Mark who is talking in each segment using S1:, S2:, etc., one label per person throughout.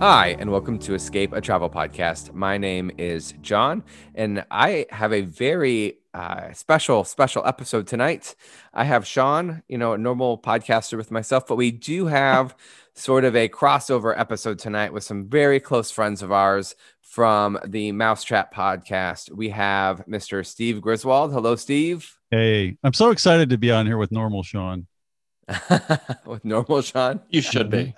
S1: Hi, and welcome to Escape a Travel Podcast. My name is John, and I have a very uh, special, special episode tonight. I have Sean, you know, a normal podcaster with myself, but we do have sort of a crossover episode tonight with some very close friends of ours from the Mousetrap podcast. We have Mr. Steve Griswold. Hello, Steve.
S2: Hey, I'm so excited to be on here with normal Sean,
S1: with normal Sean.
S3: You should be.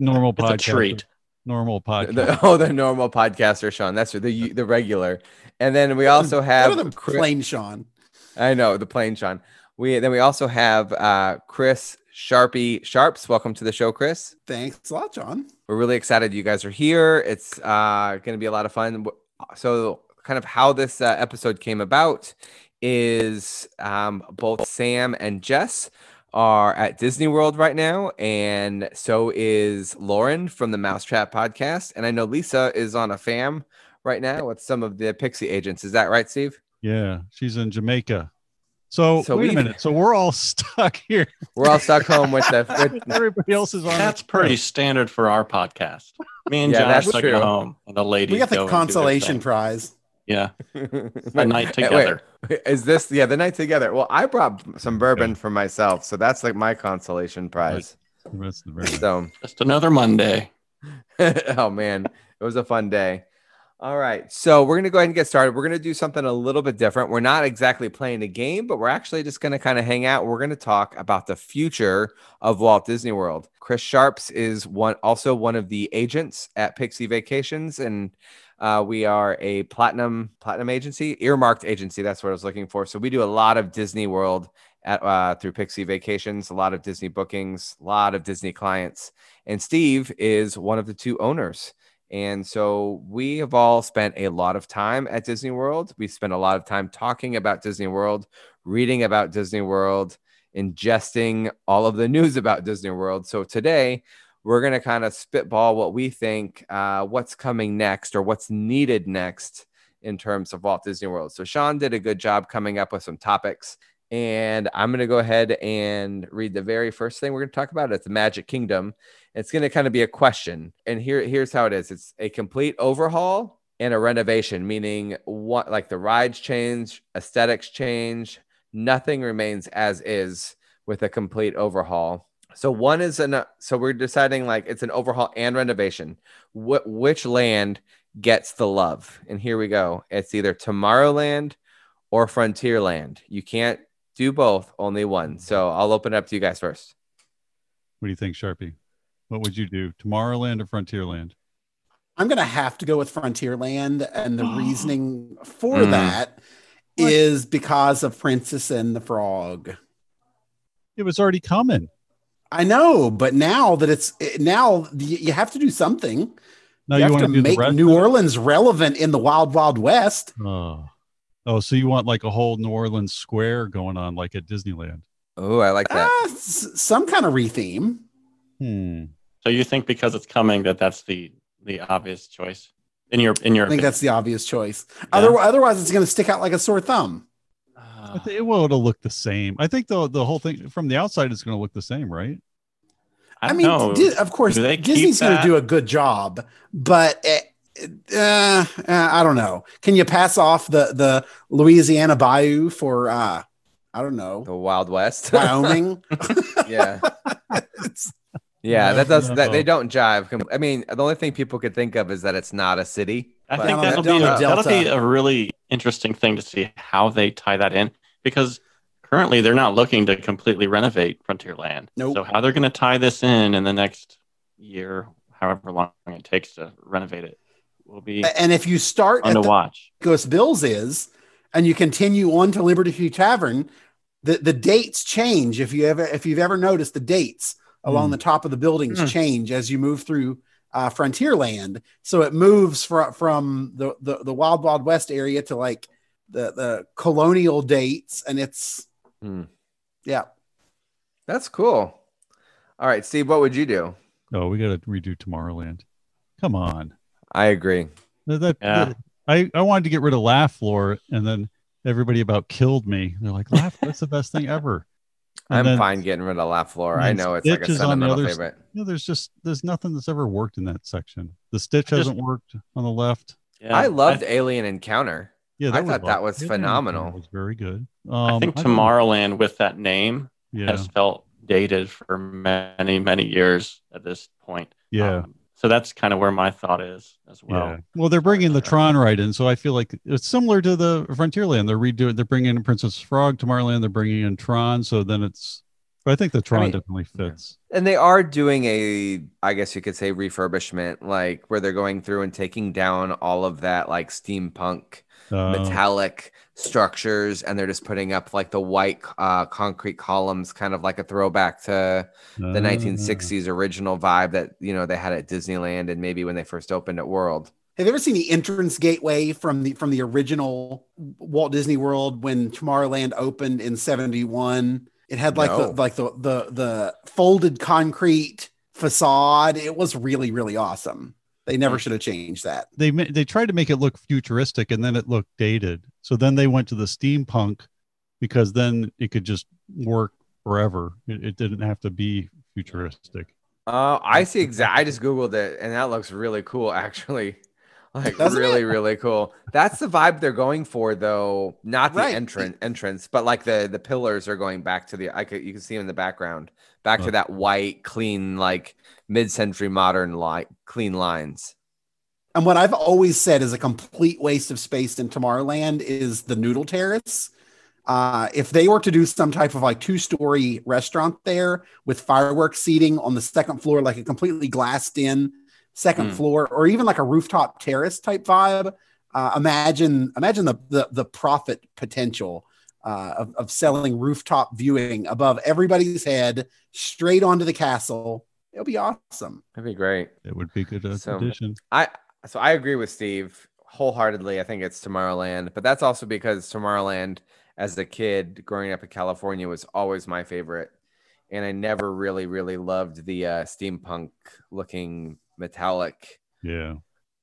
S2: normal
S3: It's a
S2: podcast,
S3: treat.
S2: normal podcast.
S1: The- oh, the normal podcaster, Sean. That's right, the the regular. And then we also have
S4: What are the
S1: Chris-
S4: plain Sean?
S1: I know the plain Sean. We then we also have uh, Chris Sharpie Sharps. Welcome to the show, Chris.
S4: Thanks a lot, John.
S1: We're really excited you guys are here. It's uh, going to be a lot of fun. So, kind of how this uh, episode came about is um, both Sam and Jess are at Disney World right now, and so is Lauren from the Mousetrap podcast, and I know Lisa is on a fam right now with some of the Pixie agents. Is that right, Steve?
S2: yeah, she's in Jamaica. So,
S1: So
S2: wait a
S1: we've-
S2: minute. So we're all stuck here.
S1: We're all stuck home with the with,
S2: Everybody else is on.
S3: That's pretty standard for our podcast. Me and
S1: Yeah,
S3: John are
S1: that's
S3: stuck
S1: true.
S3: at home, and the ladies.
S4: We got
S3: go
S4: the
S3: and do their
S4: consolation
S3: thing.
S4: prize.
S3: Yeah,
S1: Wait,
S3: a night
S1: wait,
S3: together.
S1: Is this yeah the night together? Well, I brought some bourbon for myself, so that's like my consolation prize.
S2: The rest of the very-
S1: So,
S3: Just another Monday.
S1: oh man, it was a fun day. All right, so we're gonna go ahead and get started. We're gonna do something a little bit different. We're not exactly playing a game, but we're actually just gonna kind of hang out. We're gonna talk about the future of Walt Disney World. Chris Sharps is one also one of the agents at Pixie Vacations, and uh, we are a platinum platinum agency, earmarked agency. That's what I was looking for. So we do a lot of Disney World at uh, through Pixie Vacations, a lot of Disney bookings, a lot of Disney clients, and Steve is one of the two owners. And so we have all spent a lot of time at Disney World. We spent a lot of time talking about Disney World, reading about Disney World, ingesting all of the news about Disney World. So today we're going to kind of spitball what we think uh, what's coming next or what's needed next in terms of Walt Disney World. So Sean did a good job coming up with some topics. And I'm going to go ahead and read the very first thing we're going to talk about. It's the Magic Kingdom. It's going to kind of be a question. And here, here's how it is it's a complete overhaul and a renovation, meaning what like the rides change, aesthetics change, nothing remains as is with a complete overhaul. So one is an so we're deciding like it's an overhaul and renovation. What which land gets the love? And here we go. It's either Tomorrowland or Frontierland. You can't do both, only one. So I'll open it up to you guys first.
S2: What do you think, Sharpie? What would you do? Tomorrowland or Frontierland?
S4: I'm going to have to go with Frontierland. And the reasoning for
S1: Mm.
S4: that is because of Princess and the Frog.
S2: It was already coming.
S4: I know, but now that it's it- now y- you have to do something.
S2: Now
S4: you,
S2: you,
S4: have
S2: want
S4: to
S2: to do the
S4: make
S2: rest?
S4: New Orleans relevant in the Wild Wild West.
S2: oh. oh, so you want like a whole New Orleans square going on, like at Disneyland?
S1: Oh, I like that.
S4: Ah, s- some kind of retheme.
S2: Hmm.
S3: So you think because it's coming that that's the the obvious choice in your in your
S4: I think
S3: opinion?
S4: that's the obvious choice. Other- otherwise, it's going to stick out like a sore thumb.
S2: I
S3: Ah.
S2: thi- well, it'll look the same. I think the the whole thing from the outside is going to look the same, right?
S3: I,
S4: I
S3: don't
S4: mean,
S3: know.
S4: Di- of course,
S3: Do they keep
S4: Disney's going
S3: that?
S4: to do a good job, but it, it- uh, uh, I don't know. Can you pass off the the Louisiana Bayou for uh, I don't know
S1: The Wild West.
S4: Wyoming?
S1: yeah. Yeah, that does that they
S2: No.
S1: don't jive. com- I mean, the only thing people could think of is that it's not a city.
S3: I
S1: but-
S3: think
S4: Down
S3: that'll
S4: the- down
S3: be a,
S4: the
S3: that'll be
S4: delta.
S3: a really interesting thing to see how they tie that in because currently they're not looking to completely renovate Frontierland.
S4: Nope.
S3: So how they're going to tie this in in the next year, however long it takes to renovate it, will be
S4: and if you start
S3: fun
S4: at
S3: to
S4: the
S3: watch.
S4: Ghost Bills is, and you continue on to Liberty View Tavern, the the dates change. If you ever if you've ever noticed, the dates along
S2: Hmm.
S4: the top of the buildings
S3: Hmm.
S4: change as you move through uh, Frontierland. So it moves from from the, the the Wild Wild West area to like the the colonial dates, and it's
S1: Hmm.
S4: yeah.
S1: That's cool. All right, Steve, what would you do?
S2: No, Oh, we got to redo Tomorrowland. Come on.
S1: I agree.
S2: That, that-
S3: Yeah.
S2: that- I, I wanted to get rid of laugh floor, and then everybody about killed me. They're like, laugh, that's the best thing ever. And
S1: I'm
S2: then,
S1: fine getting rid of La Flora.
S2: and
S1: I
S2: then
S1: know it's like
S2: Stitch
S1: a
S2: is on the
S1: sentimental
S2: other s-
S1: favorite.
S2: You know, there's just there's nothing that's ever worked in that section. The stitch
S3: I just-
S2: hasn't worked on the left.
S3: Yeah.
S1: I loved Alien Encounter.
S2: Yeah,
S1: I thought that was
S2: Yeah,
S1: phenomenal.
S2: It was very good. Um,
S3: I think
S2: don't-
S3: Tomorrowland with that name
S2: Yeah,
S3: has felt dated for many, many years at this point.
S2: yeah.
S3: Um, so that's kind of where my thought is as well.
S2: yeah. Well, they're bringing the
S3: Okay.
S2: Tron ride in, so I feel like it's similar to the Frontierland. They're redoing. They're bringing in Princess Frog, Tomorrowland. They're bringing in Tron, so then it's. But I think the Tron
S1: mean-
S2: definitely fits.
S1: And they are doing a, I guess you could say, refurbishment, like where they're going through and taking down all of that, like steampunk,
S2: Uh,
S1: metallic structures. And they're just putting up like the white uh, concrete columns, kind of like a throwback to
S2: Ah. uh,
S1: the 1960s original vibe that, you know, they had at Disneyland and maybe when they first opened at World.
S4: Have you ever seen the entrance gateway from the from the original Walt Disney World when Tomorrowland opened in 71? It had like
S1: No.
S4: the like the the the folded concrete facade. It was really really awesome. They never should have changed that.
S2: They ma- they tried to make it look futuristic, and then it looked dated. So then they went to the steampunk, because then it could just work forever. It, it didn't have to be futuristic.
S1: Oh, I see. Exactly. I just googled it, and that looks really cool. Actually, like
S4: Doesn't
S1: really, really cool. That's the vibe they're going for, though. Not the
S4: Right.
S1: entrance, entrance, but like the the pillars are going back to the. I could you can see them in the background, back
S2: Oh.
S1: to that white, clean, like mid century modern light, clean lines.
S4: And what I've always said is a complete waste of space in Tomorrowland is the Noodle Terrace. Uh, if they were to do some type of like two story restaurant there with fireworks seating on the second floor, like a completely glassed in second
S3: Hmm.
S4: floor, or even like a rooftop terrace type vibe, uh, imagine imagine the the, the profit potential uh, of, of selling rooftop viewing above everybody's head straight onto the castle. It'll be awesome.
S1: That'd be great.
S2: It would be a good uh,
S1: So-
S2: addition.
S1: I so I agree with Steve wholeheartedly. I think it's Tomorrowland, but that's also because Tomorrowland, as a kid growing up in California, was always my favorite, and I never really, really loved the uh, steampunk looking metallic
S2: Yeah,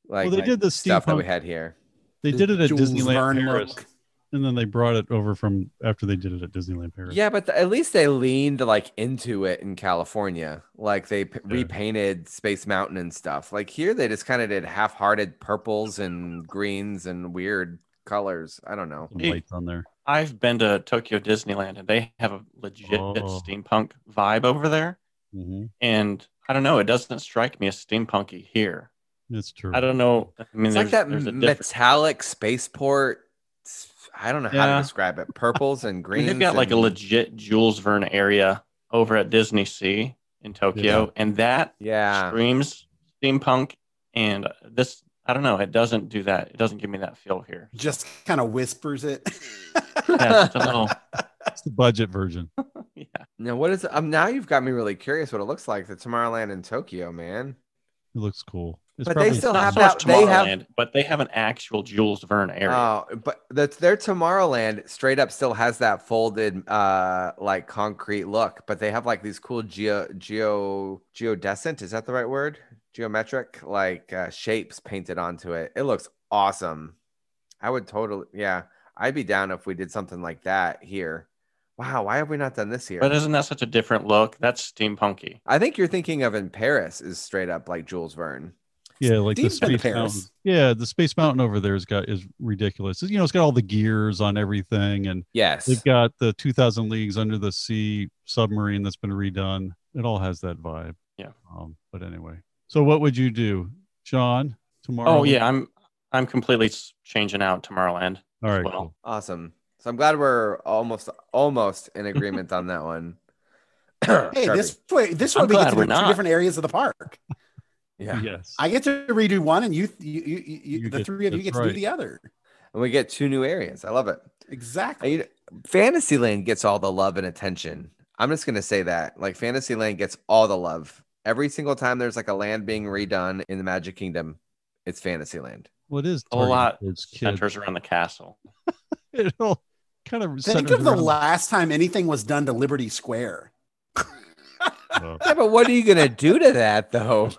S1: like,
S2: they
S1: like,
S2: did the
S1: stuff that we
S2: steampunk-
S1: had here.
S2: they did it at
S4: Jules
S2: Disneyland
S4: Verne
S2: Paris,
S4: look.
S2: and then they brought it over from after they did it at Disneyland Paris.
S1: Yeah, but th- at least they leaned like into it in California. Like they p- repainted Space Mountain and stuff. Like here, they just kind of did half-hearted purples and greens and weird colors. I don't know.
S2: Some
S3: Hey.
S2: lights on there.
S3: I've been to Tokyo Disneyland and they have a legit
S2: Oh.
S3: steampunk vibe over there.
S2: Mhm.
S3: And I don't know, it doesn't strike me as steampunky here.
S2: That's true.
S3: I don't know. I mean,
S1: It's
S3: there's,
S1: like that
S3: there's a difference.
S1: metallic spaceport. I don't know how
S3: Yeah.
S1: to describe it. Purples and
S3: I mean,
S1: greens.
S3: They've got like a
S1: and-
S3: legit Jules Verne area over at Disney Sea in Tokyo, and that
S1: Yeah.
S3: screams steampunk. And this, I don't know, it doesn't do that. It doesn't give me that feel here.
S4: just kind of whispers it.
S3: Yeah, it's a little,
S2: That's the budget version.
S3: yeah.
S1: Now what is? Um, now you've got me really curious what it looks like. The Tomorrowland in Tokyo, man.
S2: It looks cool. It's
S1: But they
S2: probably
S1: still
S2: not
S1: have
S3: Not so
S1: that-
S3: much
S1: they have-
S3: Tomorrowland, but they have an actual Jules Verne area.
S1: Oh, but that's their Tomorrowland straight up still has that folded, uh, like concrete look. But they have like these cool geo geo geodescent. Is that the right word? Geometric like uh, shapes painted onto it. It looks awesome. I would totally, yeah, I'd be down if we did something like that here. Wow, why have we not done this here?
S3: But isn't that such a different look? That's steampunky.
S1: I think you're thinking of in Paris is straight up like Jules Verne.
S2: Yeah, like the
S4: Steve's been to
S2: space
S4: Paris.
S2: mountain. Yeah, the space mountain over there's got is ridiculous. You know, it's got all the gears on everything, and
S1: Yes,
S2: they've got the 2,000 leagues under the sea submarine that's been redone. It all has that vibe.
S3: Yeah.
S2: Um, but anyway, so what would you do, Sean? Tomorrow?
S1: Um,
S3: Oh yeah, I'm I'm completely s- changing out Tomorrowland.
S2: All right.
S3: Well,
S2: cool.
S1: awesome. So I'm glad we're almost almost in agreement on that one.
S4: hey, this way, this way
S3: I'm
S4: we get
S3: glad
S4: to
S3: we're
S4: do two
S3: not.
S4: different areas of the park.
S1: Yeah.
S2: Yes.
S4: I get to redo one, and you, you, you, you,
S2: You
S4: the
S2: get-
S4: three of you
S2: that's
S4: get to
S2: right.
S4: do the other.
S1: And we get two new areas. I love it. And
S4: Exactly.
S1: you- Fantasyland gets all the love and attention. I'm just going to say that. Like Fantasyland gets all the love Every single time there's like a land being redone in the Magic Kingdom, it's Fantasyland.
S2: What is
S3: A lot
S2: It's kids.
S3: centers around the castle.
S2: It all kind of
S4: Think
S2: centers
S4: of the
S2: around-
S4: last time anything was done to Liberty Square.
S2: Uh,
S1: Yeah, but what are you gonna do to that though?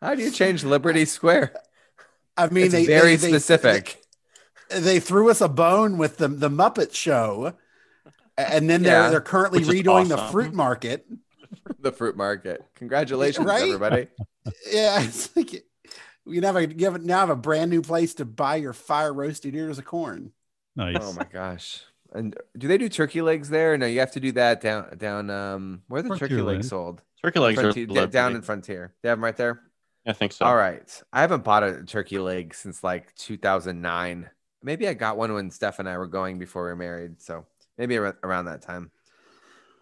S1: How do you change Liberty Square?
S4: I mean,
S1: it's
S4: they
S1: very
S4: they- they-
S1: specific.
S4: They, they threw us a bone with the the Muppet Show, and then
S1: Yeah.
S4: they're they're currently
S3: Which is
S4: redoing the
S3: awesome.
S4: fruit market.
S1: the fruit market. Congratulations,
S4: Right?
S1: everybody.
S4: Yeah, it's like you now have a, you have, now have a brand new place to buy your fire roasted ears of corn.
S2: nice.
S1: Oh my gosh. And do they do turkey legs there? No, you have to do that down down um where the
S2: Frontier
S1: turkey legs
S2: Land.
S1: sold.
S3: Turkey legs are
S1: Frontier- d- down
S3: lovely.
S1: in Frontier. They have them right there.
S3: I think so.
S1: All right. I haven't bought a turkey leg since like 2009. Maybe I got one when Steph and I were going before we were married. So maybe ar- around that time.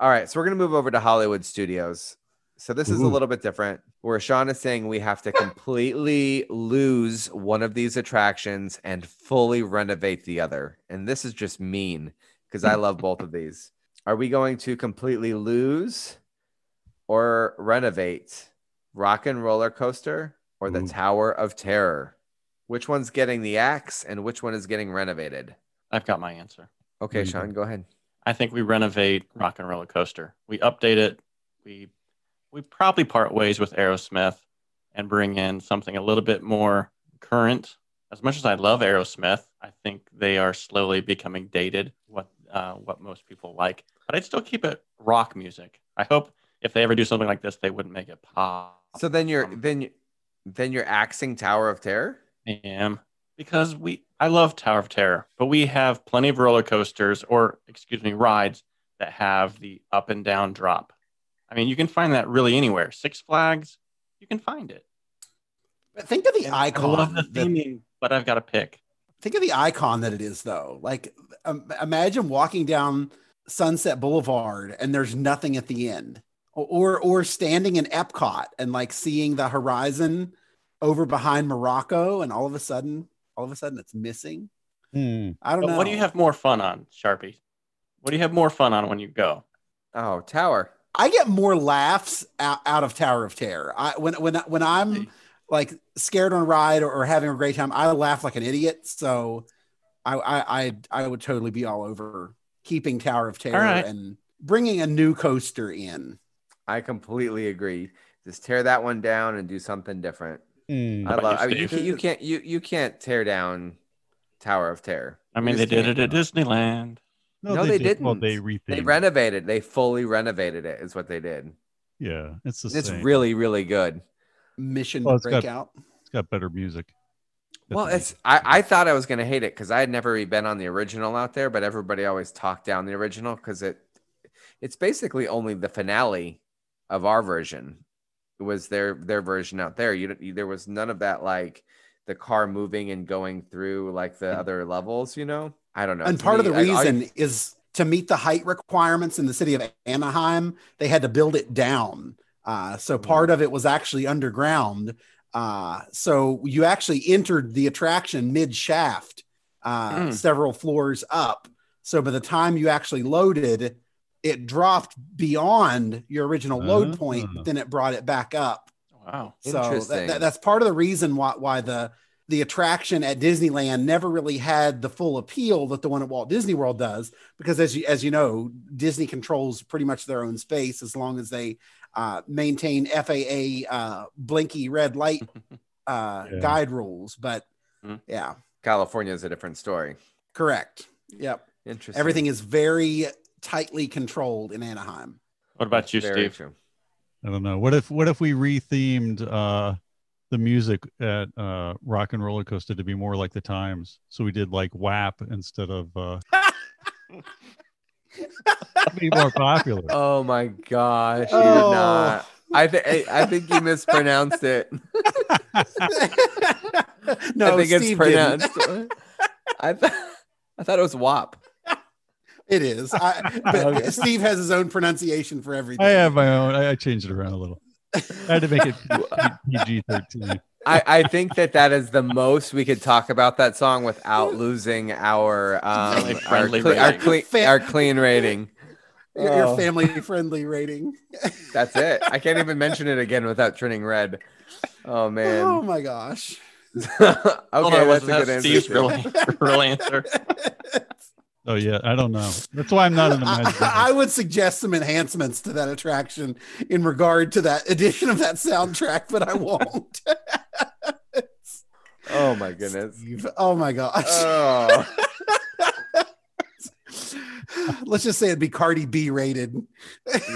S1: All right. So we're going to move over to Hollywood Studios. So this is a
S2: Ooh.
S1: little bit different where Sean is saying we have to completely lose one of these attractions and fully renovate the other. And this is just mean because I love both of these. Are we going to completely lose or renovate Rock and Roller Coaster or the
S2: Ooh.
S1: Tower of Terror? Which one's getting the axe and which one is getting renovated?
S3: I've got my answer.
S1: Okay,
S2: There you go.
S1: Sean, go ahead.
S3: I think we renovate Rock and Roller Coaster. We update it. We we probably part ways with Aerosmith and bring in something a little bit more current. As much as I love Aerosmith, I think they are slowly becoming dated. What uh, what most people like, but I'd still keep it rock music. I hope if they ever do something like this, they wouldn't make it pop.
S1: So then you're
S3: Um,
S1: then you then you're axing Tower of Terror.
S3: am because we I love Tower of Terror, but we have plenty of roller coasters or excuse me rides that have the up and down drop. I mean, you can find that really anywhere. Six Flags, you can find it.
S4: But think of the
S3: And
S4: icon.
S3: I love the
S4: that-
S3: theming, but I've got to pick.
S4: think of the icon that it is, though. Like, um, imagine walking down Sunset Boulevard and there's nothing at the end, or, or or standing in Epcot and like seeing the horizon over behind Morocco, and all of a sudden, all of a sudden, it's missing.
S2: Hmm.
S4: I don't
S3: But
S4: know.
S3: what do you have more fun on, Sharpie? What do you have more fun on when you go?
S1: Oh, Tower.
S4: I get more laughs out, out of Tower of Terror. I when when when I'm like scared on a ride or, or having a great time, I laugh like an idiot. So I I I, I would totally be all over keeping Tower of Terror
S3: All right.
S4: and bringing a new coaster in.
S1: I completely agree. Just tear that one down and do something different.
S2: Hmm.
S1: I
S3: about
S1: love.
S3: you,
S1: I mean, you,
S3: Steve?
S1: can, you can't. You you can't tear down Tower of Terror.
S3: I mean,
S1: You
S3: they
S1: just
S3: did
S1: can't.
S3: it at Disneyland.
S1: No, they
S2: did- Well,
S1: didn't.
S2: they rethemed.
S1: They
S2: it.
S1: renovated. They fully renovated it. Is what they did.
S2: Yeah, it's the
S1: It's
S2: same.
S1: really really good.
S4: Mission
S2: Well, it's got-
S4: breakout.
S2: It's got better music. Got
S1: Well,
S2: the
S1: it's I, I thought I was gonna hate it because I had never really been on the original out there, but everybody always talked down the original because it it's basically only the finale of our version It was their their version out there. You, don't- you there was none of that like the car moving and going through like the other levels, you know. I don't know.
S4: and
S1: To
S4: part of
S1: me,
S4: the
S1: like, all you-
S4: reason is to meet the height requirements in the city of Anaheim, they had to build it down. Uh, so
S1: Mm-hmm.
S4: part of it was actually underground. Uh, so you actually entered the attraction mid shaft, uh,
S3: Mm.
S4: several floors up. So by the time you actually loaded, it dropped beyond your original load point.
S1: Oh.
S2: Ah.
S4: Then it brought it back up
S3: Wow.
S4: so that,
S1: Interesting.
S4: that, that's part of the reason why why the the attraction at Disneyland never really had the full appeal that the one at Walt Disney World does, because as you as you know, Disney controls pretty much their own space as long as they uh, maintain FAA uh, blinky red light uh,
S2: Yeah.
S4: guide rules. But
S1: Hmm.
S3: Mhm.
S4: yeah,
S1: California is a different story.
S4: correct. Yep,
S1: Interesting.
S4: everything is very tightly controlled in Anaheim.
S3: What about you,
S1: Very
S3: Steve?
S1: true.
S2: I don't know. What if what if we rethemed uh the music at uh Rock and Roller Coaster to be more like the times? So we did like WAP instead of uh be more popular.
S1: Oh my gosh! You did
S4: Oh.
S1: not. I think I think you mispronounced it.
S4: no,
S1: I think
S4: Steve
S1: it's
S4: didn't.
S1: pronounced. I, th- I thought it was WAP.
S4: It is. I, but
S1: Okay.
S4: Steve has his own pronunciation for everything.
S2: I have my own. I, I changed it around a little. I had to make it PG thirteen.
S1: I, I think that that is the most we could talk about that song without losing our um,
S3: Really
S1: our,
S3: friendly
S1: cle- our,
S3: rating.
S1: cle-
S4: Fa-
S1: our clean rating.
S4: Your, your
S1: Oh.
S4: family friendly rating.
S1: That's it. I can't even mention it again without turning red. Oh
S4: Oh
S1: man.
S4: my gosh.
S1: okay,
S3: Hold on,
S1: that's a
S3: wasn't that
S1: good answer.
S3: Steve's
S1: too.
S3: real, real answer?
S2: Oh yeah, I don't know. That's why I'm not an imaginative.
S4: I, I would suggest some enhancements to that attraction in regard to that addition of that soundtrack, but I won't.
S1: Oh my goodness.
S4: Steve, Oh my gosh.
S1: Oh.
S4: Let's just say it'd be Cardi B rated.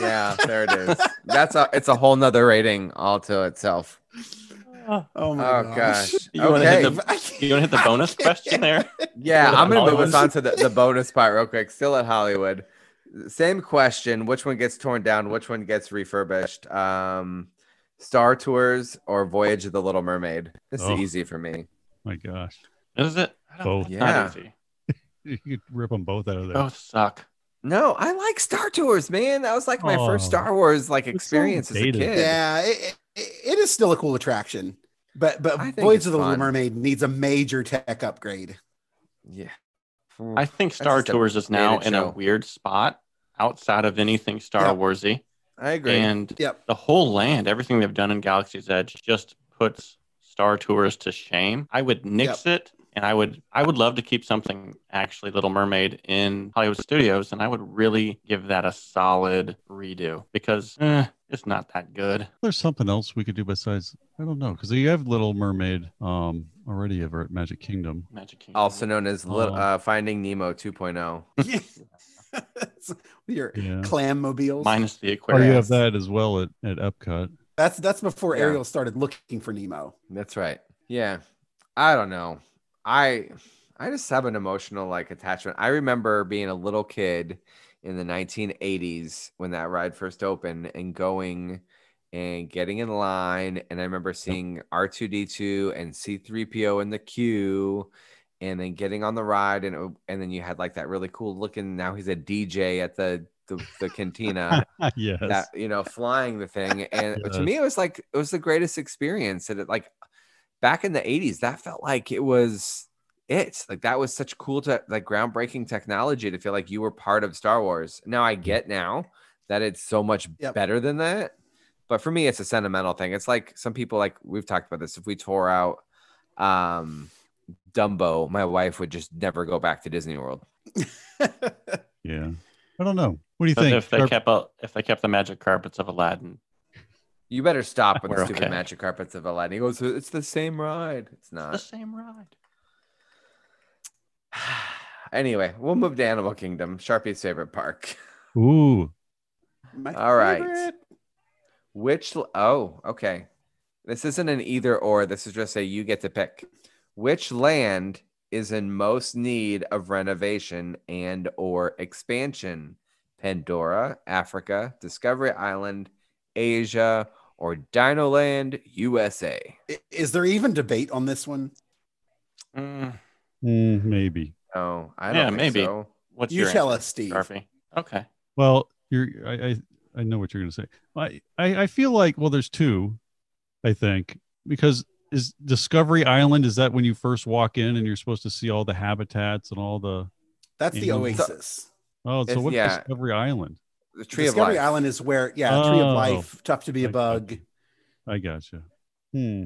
S1: yeah, there it is. That's a it's a whole nother rating all to itself.
S4: Oh
S1: Oh
S4: my gosh.
S1: gosh.
S3: You wanna hit
S1: Okay.
S3: the- You want to hit the bonus question there?
S1: Yeah,
S3: What
S1: I'm gonna
S3: about
S1: move us on
S3: Hollywood?
S1: to the, the bonus part real quick. Still at Hollywood. Same question. Which one gets torn down? Which one gets refurbished? Um Star Tours or Voyage of the Little Mermaid? This
S2: Oh.
S1: is easy for me.
S2: My gosh,
S3: Is it? I don't,
S2: Both.
S3: it's not
S1: Yeah.
S3: easy.
S2: you could rip them both out of there.
S3: Both suck.
S1: No, I like Star Tours, man. That was like my first
S2: Oh.
S1: Star Wars like
S2: It's so
S1: experience as a
S2: dated.
S1: kid.
S4: Yeah, it, it, it is still a cool attraction. But but
S1: I think
S4: Voyage
S1: it's
S4: of the Little
S1: fun.
S4: Mermaid needs a major tech upgrade.
S1: Yeah.
S4: Mm-hmm.
S3: I think Star
S1: just a
S3: Tours is now
S1: dated
S3: in
S1: show.
S3: a weird spot outside of anything Star
S4: Yeah.
S3: Warsy,
S1: I agree.
S3: and
S4: Yep.
S3: the whole land, everything they've done in Galaxy's Edge, just puts Star Tours to shame. I would nix it, and I would I would love to keep something actually Little Mermaid in Hollywood Studios, and I would really give that a solid redo because eh, it's not that good.
S2: There's something else we could do besides I don't know because you have Little Mermaid um already over at Magic Kingdom.
S3: Magic Kingdom.
S1: also known as Lit-
S2: Oh.
S1: uh, Finding Nemo oh. 2.0.
S4: Your
S2: Yeah.
S4: clam mobiles.
S3: minus the
S2: Oh,
S3: aquarium.
S2: you
S1: Whereas-
S2: have that as well at, at Epcot.
S4: That's that's before
S1: Yeah.
S4: Ariel started looking for Nemo.
S1: That's right. Yeah. I don't know. I I just have an emotional like attachment. I remember being a little kid in the 1980s when that ride first opened and going and getting in line and I remember seeing R2D2 and C3PO in the queue and then getting on the ride and it- and then you had like that really cool looking now he's a DJ at the the, the cantina
S2: yes.
S1: that you know flying the thing and to
S2: Yes.
S1: me it was like it was the greatest experience and it like back in the 80s that felt like it was it like that was such cool to like groundbreaking technology to feel like you were part of star wars now i get now that it's so much
S4: Yep.
S1: better than that but for me it's a sentimental thing it's like some people like we've talked about this if we tore out um dumbo my wife would just never go back to disney world
S2: yeah. I don't know. What do you
S3: But
S2: think?
S3: if they
S2: Or-
S3: kept a, if they kept the magic carpets of Aladdin,
S1: you better stop with the
S3: We're
S1: stupid
S3: okay.
S1: magic carpets of aladdin he goes it's the same ride it's
S4: Uh,
S1: not
S3: the same ride.
S1: anyway, we'll move to Animal Kingdom, Sharpie's favorite park.
S2: Ooh,
S4: My
S1: All right.
S4: favorite.
S1: Which, oh, okay. This isn't an either or. This is just a you get to pick. Which land is in most need of renovation and or expansion? Pandora, Africa, Discovery Island, Asia, or Dino Land, USA?
S4: I- Is there even debate on this one?
S3: Mm,
S2: mm, maybe.
S1: Oh, I don't
S3: Yeah,
S1: think
S3: maybe.
S1: so.
S3: what's
S4: you
S3: your
S4: tell
S3: answer,
S4: us, Steve.
S3: Sharpie? Okay.
S2: Well, you're. I. I, I know what you're going to say. I, I. I feel like. Well, there's two. I think because is Discovery Island. Is that when you first walk in and you're supposed to see all the habitats and all the.
S4: That's the
S2: Mhm.
S4: Oasis.
S2: Oh, so
S1: If-
S2: what's
S1: yeah.
S2: Discovery Island?
S1: The Tree
S4: Discovery
S1: of Life.
S4: Island is where, yeah, Tree
S2: Oh.
S4: of Life, tough to be a
S2: I
S4: bug.
S2: I gotcha. Hmm.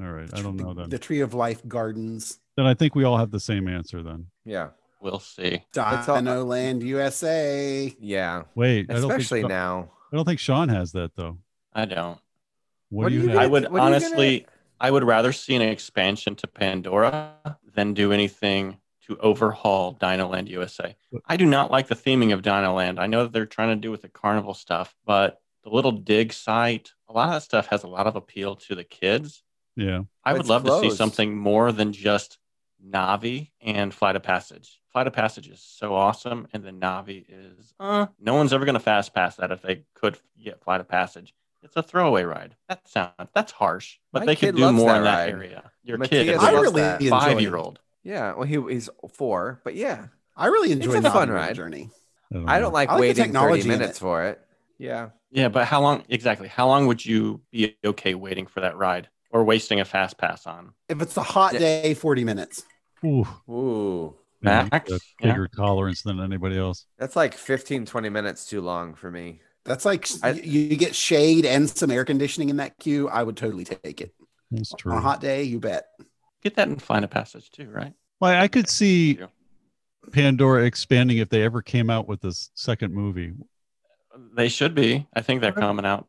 S2: All right. I don't
S4: the,
S2: know then.
S4: The Tree of Life Gardens,
S2: then I think we all have the same answer then.
S1: Yeah.
S3: We'll see.
S1: That's all-
S4: Dino Land, USA.
S1: Yeah.
S2: Wait. I don't
S1: Especially
S2: think, Sha-
S1: now.
S2: I don't think Sean has that though.
S3: I don't.
S2: What,
S1: What do
S2: do you,
S1: you
S2: have?
S1: guys-
S3: I would
S1: what are you gonna-
S3: honestly, I would rather see an expansion to Pandora than do anything to overhaul Dino Land USA. I do not like the theming of Dino Land. I know that they're trying to do with the carnival stuff, but the little dig site, a lot of that stuff has a lot of appeal to the kids.
S2: Yeah.
S1: But
S3: I would
S1: it's
S3: love to see
S1: closed.
S3: something more than just Navi and Flight of Passage. Flight of Passage is so awesome, and the Navi is uh, no one's ever going to fast pass that if they could get Flight of Passage. It's a throwaway ride. That sound that's harsh, but
S1: My
S3: they could
S1: kid
S3: do
S1: loves
S3: more
S1: that
S3: in that
S1: ride.
S3: area. Your
S1: Matthias
S3: kid,
S1: loves
S4: I
S1: love
S4: really
S1: that.
S4: enjoy
S3: five
S4: it.
S3: year old.
S1: Yeah. Well, he, he's four, but yeah.
S4: I really enjoy
S1: a
S4: the
S1: fun
S4: Navi
S1: ride.
S4: journey.
S2: don't
S1: I
S2: know.
S1: don't like,
S4: I like the
S1: waiting 30
S4: technology in
S1: minutes
S4: it.
S1: for it. Yeah.
S3: Yeah, but how long exactly? How long would you be okay waiting for that ride or wasting a fast pass on?
S4: If it's a hot
S1: Yeah.
S4: day, 40 minutes.
S2: Ooh,
S1: Ooh.
S2: Max,
S3: Max, yeah.
S2: bigger tolerance than anybody else.
S1: That's like 15, 20 minutes too long for me.
S4: That's like
S1: I-
S4: you, you get shade and some air conditioning in that queue. I would totally take it
S2: That's true.
S4: on a hot day. You bet.
S3: Get that in find a passage too, right?
S2: Like I could see
S3: Yeah.
S2: Pandora expanding if they ever came out with this second movie.
S3: They should be. I think they're
S2: Whatever-
S3: coming out.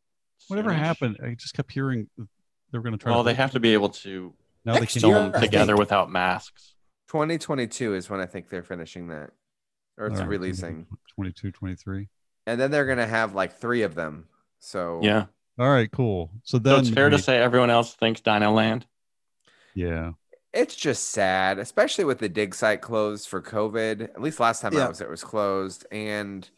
S2: Whatever
S3: soonish.
S2: happened, I just kept hearing they were going to try.
S3: Well,
S2: to,
S3: they have to be able to
S2: now they
S4: Next
S2: can't.
S4: year,
S3: film
S4: I
S3: together
S4: think.
S3: without masks.
S1: 2022 is when I think they're finishing that or it's
S2: Uh,
S1: releasing.
S2: 22, 23.
S1: And then they're going to have like three of them. So,
S3: Yeah.
S2: All right, cool. So
S3: So
S2: then
S3: it's fair to
S2: we-
S3: say everyone else thinks Dino Land.
S2: yeah.
S1: it's just sad, especially with the dig site closed for COVID. At least last time I
S4: Yeah.
S1: was, there, it was closed. And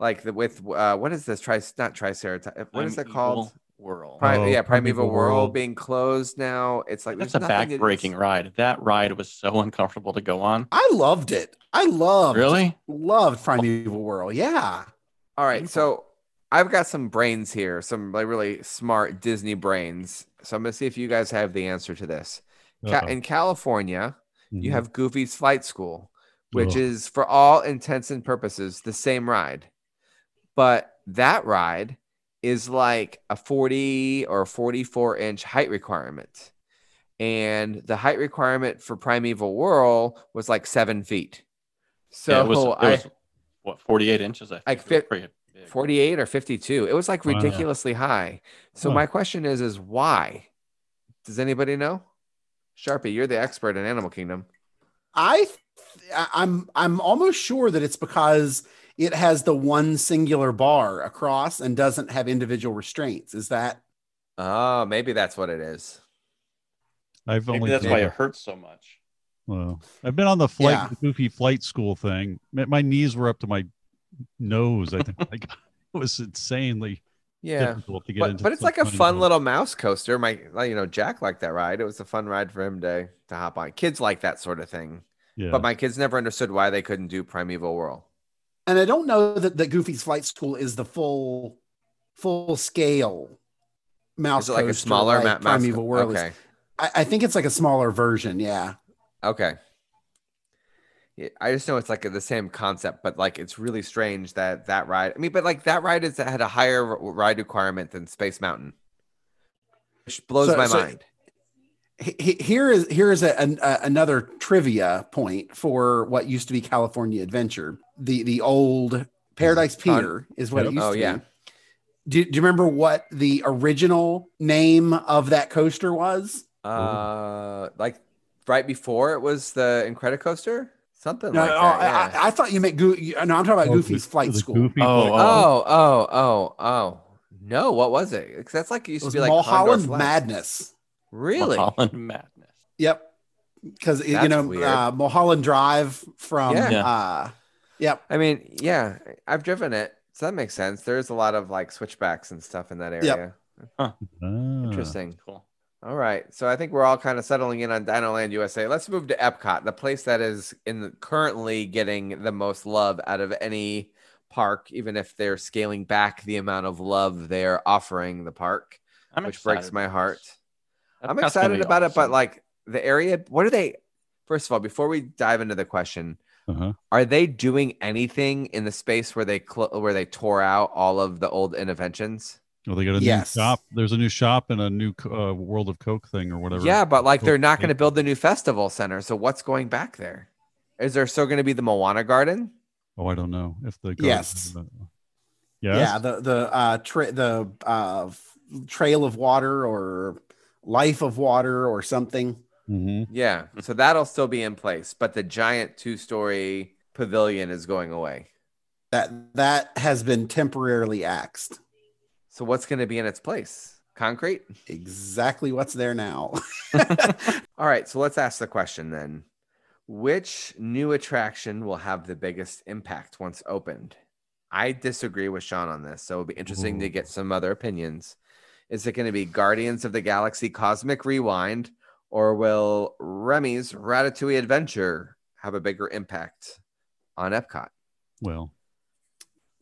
S1: like the, with uh, what is this? Tri- not Triceratops. What is that called?
S3: Primeval World.
S1: Prime,
S2: Oh,
S1: yeah,
S2: Primeval
S1: Primeval World.
S2: World.
S1: being closed now. It's like
S3: That's a
S1: there's nothing to-
S3: back-breaking ride. That ride was so uncomfortable to go on.
S4: I loved it. I
S1: Oh,
S4: loved
S3: Really?
S4: loved Primeval World. Yeah.
S1: All right,
S3: Beautiful.
S1: so I've got some brains here, some like really smart Disney brains. So I'm gonna see if you guys have the answer to this. Ca-
S2: Uh-oh.
S1: in California, you
S3: Mm-hmm.
S2: Mhm.
S1: have Goofy's Flight School, which
S2: Ugh.
S1: is for all intents and purposes the same ride, but that ride is like a 40 or 44 inch height requirement, and the height requirement for Primeval Whirl was like seven feet. So
S3: Yeah, it was, it
S1: I,
S3: was what 48 inches. I think.
S1: Like
S3: It was
S1: fif-
S3: pretty big.
S1: 48 or 52 it was like
S2: Wow.
S1: ridiculously high so
S2: Huh.
S1: my question is is why does anybody know sharpie you're the expert in animal kingdom
S4: I th- I- I'm I'm almost sure that it's because it has the one singular bar across and doesn't have individual restraints. Is that
S1: oh maybe that's what it is
S2: I've
S3: Maybe
S2: only
S3: that's
S2: been-
S3: why it hurts so much.
S2: Well, I've been on the flight,
S4: Yeah.
S2: the goofy flight school thing. My, my knees were up to my nose. I think like it was insanely
S1: yeah
S2: difficult to get
S1: but,
S2: into.
S1: but it's
S2: some
S1: like a
S2: kind of
S1: fun little mouse coaster my like, you know jack liked that ride it was a fun ride for him to to hop on kids like that sort of thing
S2: Yeah.
S1: but my kids never understood why they couldn't do primeval whirl
S4: and I don't know that, that Goofy's flight school is the full full scale mouse
S1: is it like a
S4: coaster
S1: smaller
S4: like
S1: ma- mouse
S4: Primeval World is.
S1: okay
S4: I, I think it's like a smaller version. Yeah.
S1: Okay. Yeah, I just know it's like the same concept, but like it's really strange that that ride. I mean, but like that ride is had a higher r- ride requirement than Space Mountain, which blows
S4: So-
S1: my
S4: so-
S1: mind.
S4: H- h- Here is here is a, an, a, another trivia point for what used to be California Adventure, the the old Paradise
S1: Fun.
S4: Pier is what it
S2: Yep.
S4: used
S1: Mm-hmm. Oh,
S4: to
S1: yeah.
S4: be. Do, do you remember what the original name of that coaster was?
S1: Uh, like right before it was the Incredicoaster, something
S4: No,
S1: like
S4: oh,
S1: that.
S4: I,
S1: yeah.
S4: I, I thought you meant Goo- you- no. I'm talking about
S2: Oh,
S4: Goofy's
S2: the-
S4: flight
S2: the
S4: school.
S2: Goofy
S3: Oh,
S2: flight-
S1: oh, oh, oh, oh. No, what was it? 'Cause that's like it used
S4: It was
S1: to be like Condor
S4: Mulholland
S1: Flight.
S4: Madness.
S1: Oh, Really?
S3: Mulholland madness.
S4: Yep, because you
S1: That's
S4: know
S1: weird.
S4: uh, Mulholland Drive from.
S1: Yeah.
S3: Yeah.
S4: Uh, yep.
S1: I mean, yeah, I've driven it, so that makes sense. There's a lot of like switchbacks and stuff in that area.
S4: Yep.
S2: Ah.
S1: Interesting.
S3: Cool.
S1: All right. So I think we're all kind of settling in on Dino Land USA. Let's move to Epcot, the place that is in the, currently getting the most love out of any park, even if they're scaling back the amount of love they're offering the park,
S3: I'm
S1: which
S3: excited
S1: breaks
S3: for
S1: my
S3: this.
S1: heart.
S3: Epcot's
S1: I'm
S3: gonna
S1: excited
S3: be
S1: about it, but
S3: awesome.
S1: like the area, what are they? First of all, before we dive into the question,
S2: Uh-huh.
S1: are they doing anything in the space where they cl- where they tore out all of the old interventions?
S2: Well, they got a
S4: Yes.
S2: new shop. There's a new shop and a new uh, World of Coke thing or whatever.
S1: Yeah, but like they're not going to
S2: to.
S1: build the new festival center. So what's going back there? Is there still going to be the Moana Garden?
S2: Oh, I don't know if the
S4: Yes.
S2: Yes?
S4: Yeah, the the uh, tra- the uh, f- trail of water or life of water or something.
S2: Mhm.
S1: Yeah. So that'll still be in place, but the giant two story pavilion is going away.
S4: That that has been temporarily axed.
S1: So what's going to be in its place? Concrete?
S4: Exactly what's there now.
S1: All right. So let's ask the question then Which new attraction will have the biggest impact once opened? I disagree with Sean on this. So it'll be interesting to
S2: Ooh.
S1: get some other opinions. Is it going to be Guardians of the Galaxy Cosmic Rewind or will Remy's Ratatouille Adventure have a bigger impact on Epcot?
S2: Well.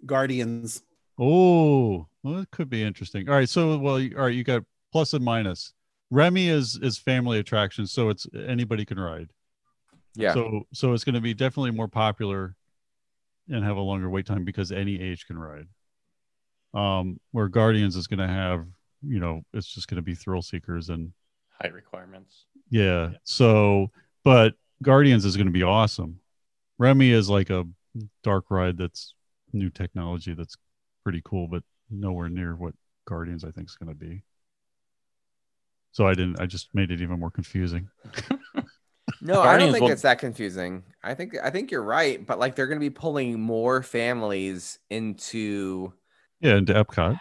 S4: Guardians.
S2: Oh, well, it could be interesting. All right, so well, you- all right, you got plus and minus. Remy is is family attraction, so it's anybody can ride.
S1: Yeah.
S2: So so it's going to be definitely more popular and have a longer wait time because any age can ride. Um, where Guardians is going to have, you know, it's just going to be thrill seekers and
S3: height requirements.
S2: yeah. So, but Guardians is going to be awesome. Remy is like a dark ride that's new technology that's pretty cool, but nowhere near what Guardians I think is going to be. So I didn't. I just made it even more confusing.
S1: No, I don't
S3: Guardians
S1: think
S3: will-
S1: it's that confusing. I think I think you're right, but like they're going to be pulling more families into
S2: Yeah, into Epcot.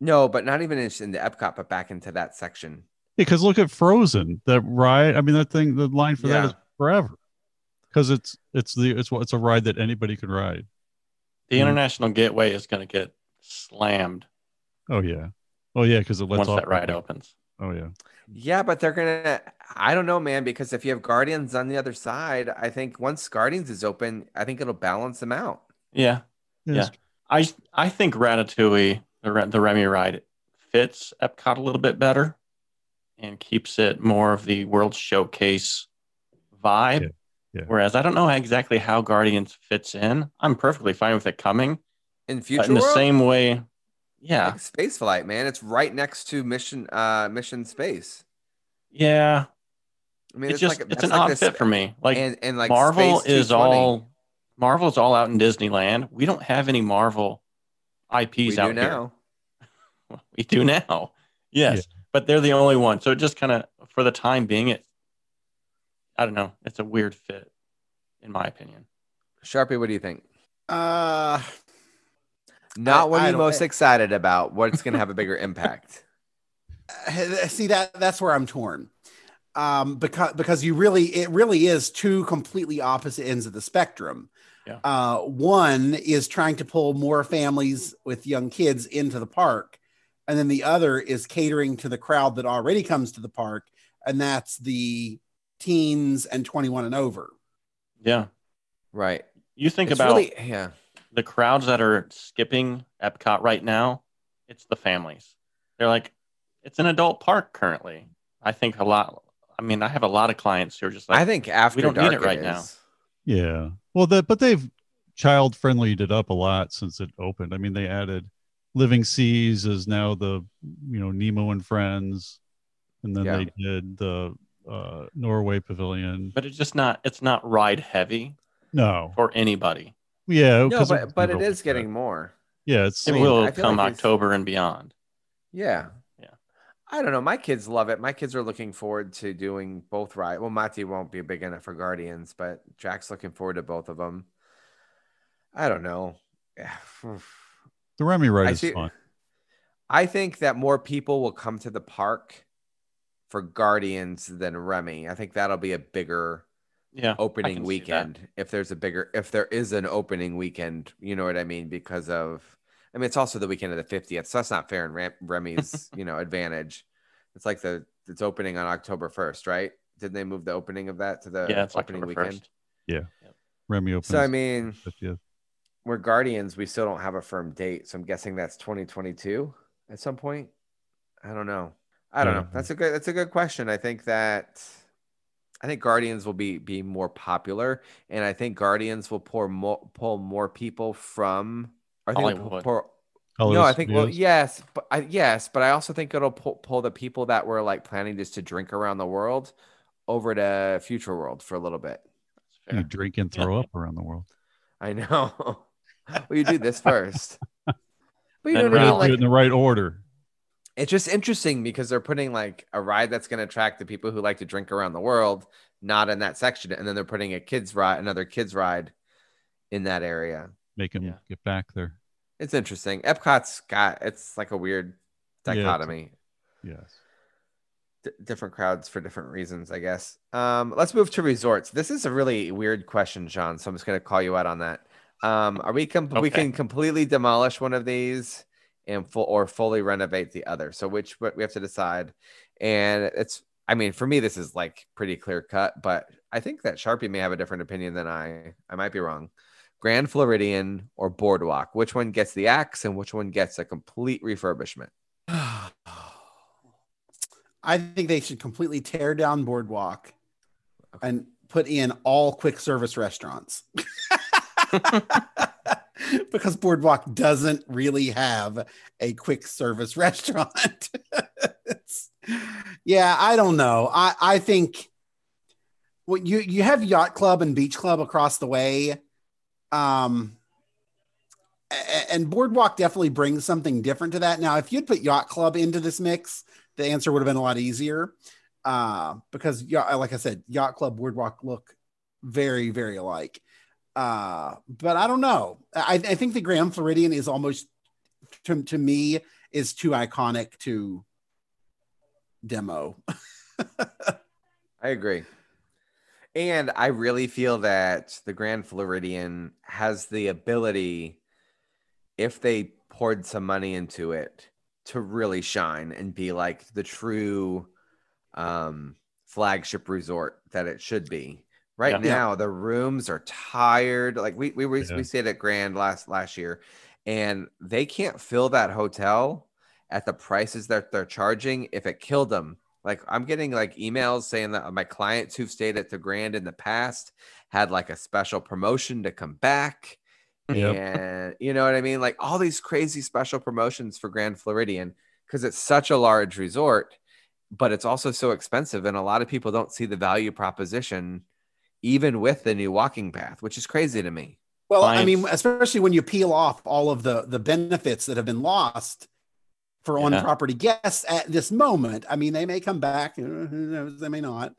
S1: no, but not even into the Epcot, but back into that section.
S2: Because look at Frozen. That ride. I mean, that thing. The line for
S1: Yeah.
S2: that is forever. Because it's it's the it's what it's a ride that anybody can ride.
S3: The
S2: Mhm.
S3: international gateway is going to get slammed
S2: Oh yeah. Oh yeah. Because it lets
S3: once
S2: off.
S3: that ride opens.
S2: Oh yeah.
S1: Yeah, but they're gonna. I don't know, man, because if you have Guardians on the other side, I think once Guardians is open, I think it'll balance them out.
S3: Yeah,
S2: it's-
S3: I I think Ratatouille, the Re- the Remy ride, fits Epcot a little bit better, and keeps it more of the World Showcase vibe.
S2: Yeah, yeah.
S3: Whereas I don't know exactly how Guardians fits in. I'm perfectly fine with it coming,
S1: In future,
S3: but in the
S1: world,
S3: same way, yeah,
S1: like space flight, man, it's right next to Mission uh Mission Space.
S3: yeah.
S1: I mean,
S3: it's just it's
S1: that's
S3: an odd
S1: this-
S3: fit for me. Like,
S1: and and like
S3: Marvel
S1: Space
S3: is
S1: 220.
S3: all Marvel is all out in Disneyland. We don't have any Marvel IPs
S1: we
S3: out
S1: do
S3: here.
S1: now.
S3: we do now. Yes, but they're the only one. So it just kind of, for the time being, it. I don't know. It's a weird fit, in my opinion.
S1: Sharpie, what do you think?
S4: Uh, I-
S1: Not what
S4: I
S1: you're
S4: don't-
S1: most excited about. What's going to have a bigger impact?
S4: uh, see that that's where I'm torn. Um, because because you really it really is two completely opposite ends of the spectrum.
S3: Yeah.
S4: Uh, one is trying to pull more families with young kids into the park, and then the other is catering to the crowd that already comes to the park, and that's the teens and 21 and over.
S3: Yeah.
S1: Right.
S3: You think
S1: It's
S3: about
S1: really- yeah.
S3: the crowds that are skipping Epcot right now. It's the families. They're like, it's an adult park currently. I think a lot. I mean, I have a lot of clients who are just like,
S1: I think after
S3: don't need
S1: dark
S3: it right now.
S1: is.
S2: Yeah. Well, that but they've child friendlied it up a lot since it opened. I mean, they added Living Seas is now the you know Nemo and Friends, and then
S1: Yeah.
S2: they did the uh, Norway Pavilion.
S3: but it's just not. It's not ride heavy
S2: No.
S3: for anybody.
S2: Yeah.
S1: No,
S2: 'cause
S1: but
S2: of-
S1: but it is getting more.
S2: Yeah, it's
S3: It
S1: mean,
S3: will
S1: I feel
S3: come
S1: like it's-
S3: October and beyond.
S1: Yeah.
S3: Yeah.
S1: I don't know. My kids love it. My kids are looking forward to doing both rides. Well, Mati won't be big enough for Guardians, but Jack's looking forward to both of them. I don't know.
S2: the Remy ride
S1: I
S2: is
S1: see-
S2: fun.
S1: I think that more people will come to the park for Guardians than Remy. I think that'll be a bigger
S3: Yeah.
S1: opening
S3: see
S1: weekend if there's a bigger if there is an opening weekend you know what i mean because of i mean it's also the weekend of the 50th so that's not fair in Ram- remy's you know advantage it's like the it's opening on october 1st right didn't they move the opening of that to the
S3: yeah, it's
S1: opening
S3: October
S1: weekend
S3: first.
S2: Remy opens.
S1: so i mean
S2: 50th.
S1: we're guardians we still don't have a firm date so i'm guessing that's 2022 at some point i don't know i don't
S2: Yeah.
S1: know that's a good that's a good question i think that i think guardians will be be more popular and i think guardians will pour more pull more people from i think it'll
S3: Hollywood.
S1: pour-
S2: Hollywood
S1: no i think well
S2: Studios.
S1: yes but I, yes but i also think it'll pull, pull the people that were like planning just to drink around the world over to future world for a little bit
S3: That's fair.
S2: you
S1: Hmm.
S2: drink and
S3: Yeah.
S2: throw up around the world.
S1: i know well you do this first but you
S3: Then
S1: know
S2: We're
S1: what I
S2: gonna
S1: mean?
S3: round
S2: do
S1: Like,
S2: it in the right order.
S1: it's just interesting because they're putting like a ride that's going to attract the people who like to drink around the world not in that section and then they're putting a kids ride another kids ride in that area
S2: Make him
S3: Yeah.
S2: get back there.
S1: it's interesting epcot's got it's like a weird
S2: Yeah, it's-
S1: dichotomy
S2: Yes.
S1: D- different crowds for different reasons i guess um let's move to resorts this is a really weird question john so i'm just going to call you out on that um are we com- we
S3: Okay.
S1: can completely demolish one of these and full or fully renovate the other so which what we have to decide and it's i mean for me this is like pretty clear cut but i think that sharpie may have a different opinion than i i might be wrong grand floridian or boardwalk which one gets the axe and which one gets a complete refurbishment
S4: I think they should completely tear down Boardwalk and put in all quick service restaurants because Boardwalk doesn't really have a quick service restaurant. It's- yeah, I don't know. I, I think well, you you have yacht club and beach club across the way. Um a- a- and Boardwalk definitely brings something different to that. Now, if you'd put Yacht Club into this mix, the answer would have been a lot easier. Uh, because yeah, like I said, Yacht Club, Boardwalk look very, very alike. Uh, but I don't know. I, I think the Grand Floridian is almost to, to me is too iconic to demo.
S1: I agree. And I really feel that the Grand Floridian has the ability, if they poured some money into it, to really shine and be like the true um, flagship resort that it should be. Right
S3: Yeah.
S4: Yeah.
S1: now, the rooms are tired. Like we we we,
S2: Yeah.
S1: we stayed at Grand last last year, and they can't fill that hotel at the prices that they're charging. If it killed them, like I'm getting like emails saying that uh, my clients who've stayed at the Grand in the past had like a special promotion to come back.
S2: Yep.
S1: And you know what I mean? Like all these crazy special promotions for Grand Floridian because it's such a large resort, but it's also so expensive. And a lot of people don't see the value proposition, even with the new walking path, which is crazy to me.
S4: Well, I
S3: Clients-
S4: mean, especially when you peel off all of the the benefits that have been lost for
S3: Yeah.
S4: on property guests at this moment. I mean, they may come back, you know, who knows, they may not.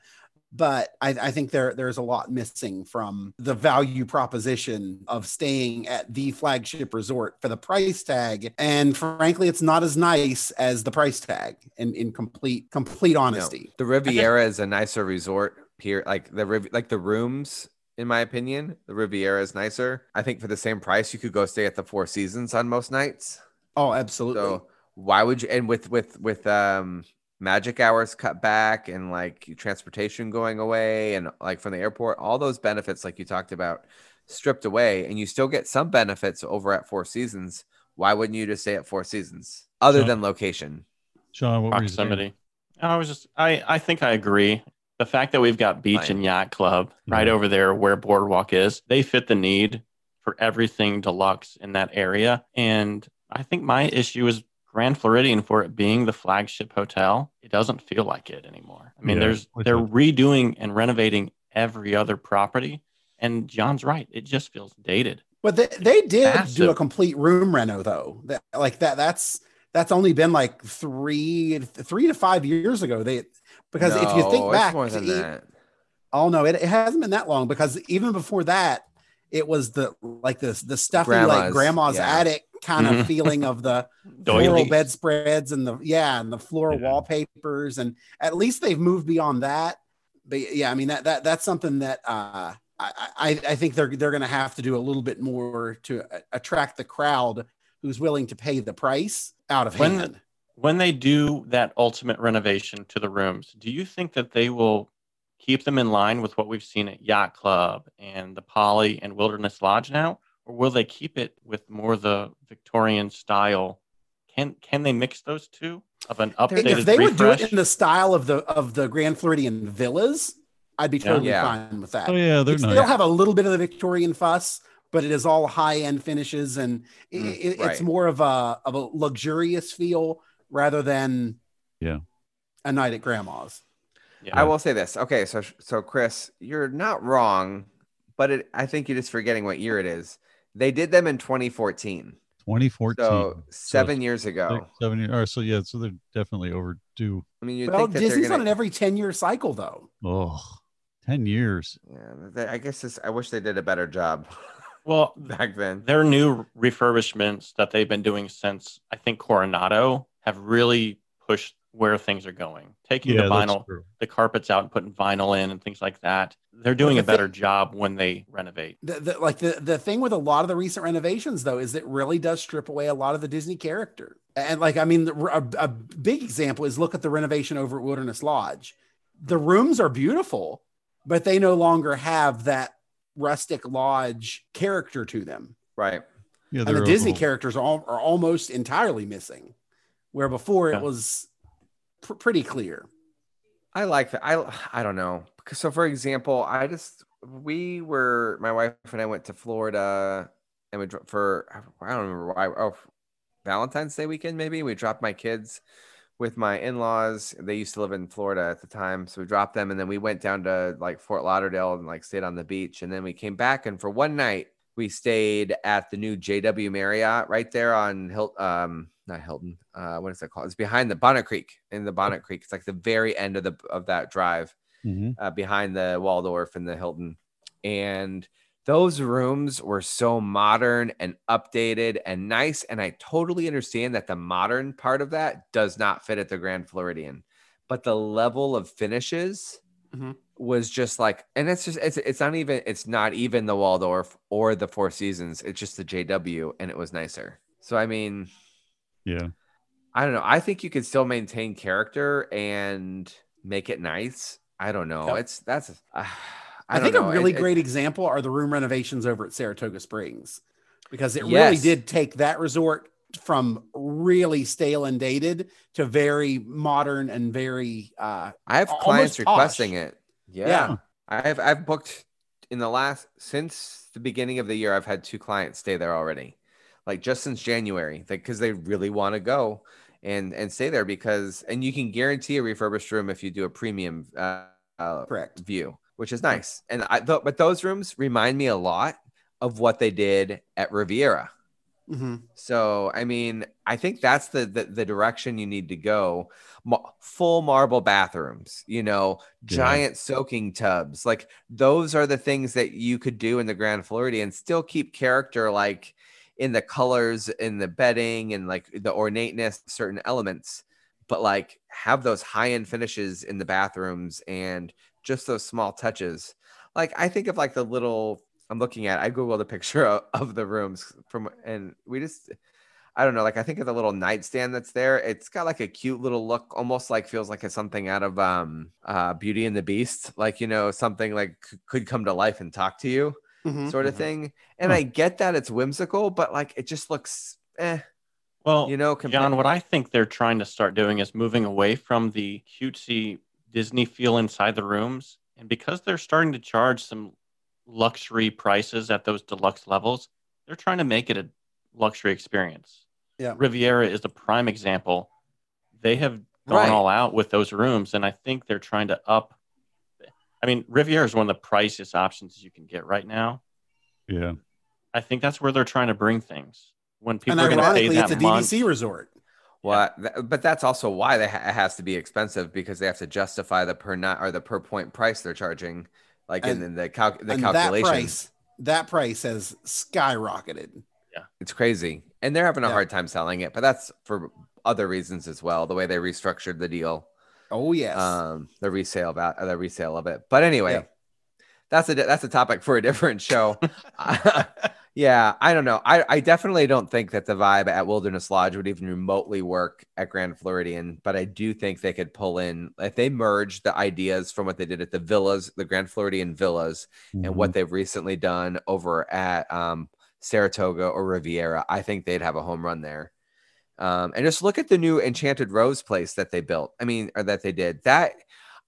S4: But I, I think there there's a lot missing from the value proposition of staying at the flagship resort for the price tag. And frankly, it's not as nice as the price tag in, in complete complete honesty.
S1: The Riviera is a nicer resort here. Like the Riv- like the rooms, in my opinion, the Riviera is nicer. I think for the same price, you could go stay at the Four Seasons on most nights.
S4: Oh, absolutely.
S1: So why would you? And with with with um magic hours cut back and like transportation going away and like from the airport, all those benefits like you talked about stripped away, and you still get some benefits over at Four Seasons. Why wouldn't you just stay at Four Seasons other
S2: Yeah.
S1: than location?
S2: Sean, what were you saying?
S3: proximity. I was just, I, I think I agree. The fact that we've got beach
S1: Fine.
S3: and yacht club right
S2: Yeah.
S3: over there where Boardwalk is, they fit the need for everything deluxe in that area. And I think my issue is Grand Floridian for it being the flagship hotel. It doesn't feel like it anymore. I mean,
S2: Yeah,
S3: there's
S2: like
S3: they're
S2: that.
S3: redoing and renovating every other property. And John's right; it just feels dated.
S4: But they, they did do a
S3: Massive.
S4: complete room reno though. That, like that that's that's only been like three three to five years ago. They because if you
S1: No,
S4: think
S1: it's
S4: back,
S1: more than
S4: to e-
S1: that.
S4: oh no, it, it hasn't been that long because even before that, it was the like the the stuffy like
S1: Grandma's,
S4: grandma's
S1: yeah.
S4: attic kind of
S3: Mhm.
S4: feeling of the floral
S3: Doilies.
S4: bedspreads and the yeah and the floral
S2: Yeah.
S4: wallpapers and at least they've moved beyond that but yeah i mean that that that's something that uh i i, I think they're they're gonna have to do a little bit more to a- attract the crowd who's willing to pay the price out of
S3: When-
S4: hand
S3: when they do that ultimate renovation to the rooms, do you think that they will keep them in line with what we've seen at Yacht Club and the Poly and Wilderness Lodge now, or will they keep it with more the Victorian style? Can can they mix those two of an updated
S4: if they would do
S3: refresh?
S4: it in the style of the of the grand floridian villas i'd be
S3: Yeah.
S4: totally
S1: Yeah.
S4: fine with that
S2: Oh yeah, they're
S4: It still
S2: nice.
S4: have a little bit of the Victorian fuss, but it is all high end finishes, and i
S1: Mm,
S4: i- it's
S1: right.
S4: more of a of a luxurious feel rather than
S2: Yeah.
S4: a night at grandma's.
S3: yeah.
S1: I will say this. Okay, so so Chris, you're not wrong, but it, I think you're just forgetting what year it is. They did them in 2014,
S2: 2014.
S1: so seven years ago.
S2: six, seven years. All right, so yeah, so they're definitely overdue.
S1: I mean, you
S4: Well,
S1: think that
S4: Disney's
S1: they're
S4: on an
S1: gonna,
S4: every ten year cycle though.
S2: Oh, 10 years.
S1: yeah, they- I guess this. I wish they did a better job
S3: Well,
S1: back then.
S3: their new refurbishments that they've been doing since I think Coronado have really pushed where things are going, taking
S2: Yeah,
S3: the
S2: that's
S3: vinyl
S2: true.
S3: the carpets out and putting vinyl in and things like that. They're doing
S4: But
S3: a
S4: the thing-
S3: better job when they renovate.
S4: The, the, like the the thing with a lot of the recent renovations though is it really does strip away a lot of the Disney character. And like I mean, the, a, a big example is look at the renovation over at Wilderness Lodge. The rooms are beautiful, but they no longer have that rustic lodge character to them.
S1: Right.
S2: Yeah,
S4: and
S2: they're
S4: the Disney
S2: overhauled.
S4: characters are, al- are almost entirely missing, where before
S3: Yeah.
S4: it was pr- pretty clear.
S1: I like that. I I don't know. so for example, I just we were my wife and I went to Florida and we dro- for I don't remember why oh Valentine's Day weekend maybe we dropped my kids with my in-laws. They used to live in Florida at the time, so we dropped them and then we went down to like Fort Lauderdale and like stayed on the beach and then we came back and for one night we stayed at the new JW Marriott right there on Hilt um not Hilton uh what is it called? It's behind the Bonnet Creek in the Bonnet Creek. It's like the very end of the of that drive
S2: Mhm.
S1: uh, behind the Waldorf and the Hilton. And those rooms were so modern and updated and nice. And I totally understand that the modern part of that does not fit at the Grand Floridian, but the level of finishes
S4: Mhm.
S1: was just like, and it's just, it's, it's not even, it's not even the Waldorf or the Four Seasons. It's just the JW and it was nicer. So, I mean,
S2: Yeah.
S1: I don't know. I think you could still maintain character and make it nice. I don't know.
S3: Yep.
S1: It's that's. Uh, I,
S4: I,
S1: don't
S4: think
S1: know.
S4: a
S1: It-
S4: really
S1: it-
S4: great example are the room renovations over at Saratoga Springs because it
S1: Yes.
S4: really did take that resort from really stale and dated to very modern and very uh
S1: I have
S4: almost
S1: clients
S4: posh.
S1: requesting it. Yeah.
S4: Yeah.
S1: I've I've booked in the last since the beginning of the year. I've had two clients stay there already, like just since January, because they really want to go and and stay there because and you can guarantee a refurbished room if you do a premium uh, uh,
S4: correct.
S1: view, which is nice. And I th- but those rooms remind me a lot of what they did at Riviera. Mm-hmm.
S4: Mhm.
S1: So I mean, I think that's the the, the direction you need to go. Ma- full marble bathrooms, you know,
S2: Yeah.
S1: giant soaking tubs. Like those are the things that you could do in the Grand Floridian, still keep character like in the colors, in the bedding, and like the ornateness, certain elements. But like have those high end finishes in the bathrooms and just those small touches. Like I think of like the little I'm looking at. I googled a picture of, of the rooms from, and we just, I don't know. Like I think of the little nightstand that's there. It's got like a cute little look, almost like feels like it's something out of um, uh, Beauty and the Beast. Like you know, something like c- could come to life and talk to you,
S4: Mhm.
S1: sort of
S3: Mhm.
S1: thing. And
S2: Huh.
S1: I get that it's whimsical, but like it just looks, eh,
S3: Well,
S1: you know.
S3: John, what I think they're trying to start doing is moving away from the cutesy Disney feel inside the rooms. And because they're starting to charge some luxury prices at those deluxe levels, they're trying to make it a luxury experience.
S4: Yeah.
S3: Riviera is the prime example. They have gone
S1: Right.
S3: all out with those rooms, and I think they're trying to up. I mean, Riviera is one of the priciest options you can get right now.
S2: Yeah.
S3: I think that's where they're trying to bring things. When people
S4: And
S3: are going to pay
S4: ironically,
S3: that
S4: it's a
S3: much,
S4: DVC resort.
S1: Well, th- but that's also why they ha- it has to be expensive because they have to justify the per night or the per point price they're charging, like in,
S4: And-
S1: in the calc the
S4: and
S1: calculation.
S4: that price, that price has skyrocketed.
S1: It's crazy, and they're having a
S4: Yeah.
S1: hard time selling it. But that's for other reasons as well. The way they restructured the deal,
S4: Oh yes.
S3: Uh,
S1: um, the resale about the resale of it. But anyway,
S4: Yeah.
S1: that's a di- that's a topic for a different show. yeah, I don't know. I I definitely don't think that the vibe at Wilderness Lodge would even remotely work at Grand Floridian, but I do think they could pull in if they merge the ideas from what they did at the villas, the Grand Floridian villas,
S2: Mm-hmm.
S1: and what they've recently done over at um, Saratoga or Riviera, I think they'd have a home run there. Um, and just look at the new Enchanted Rose place that they built. I mean, or that they did. That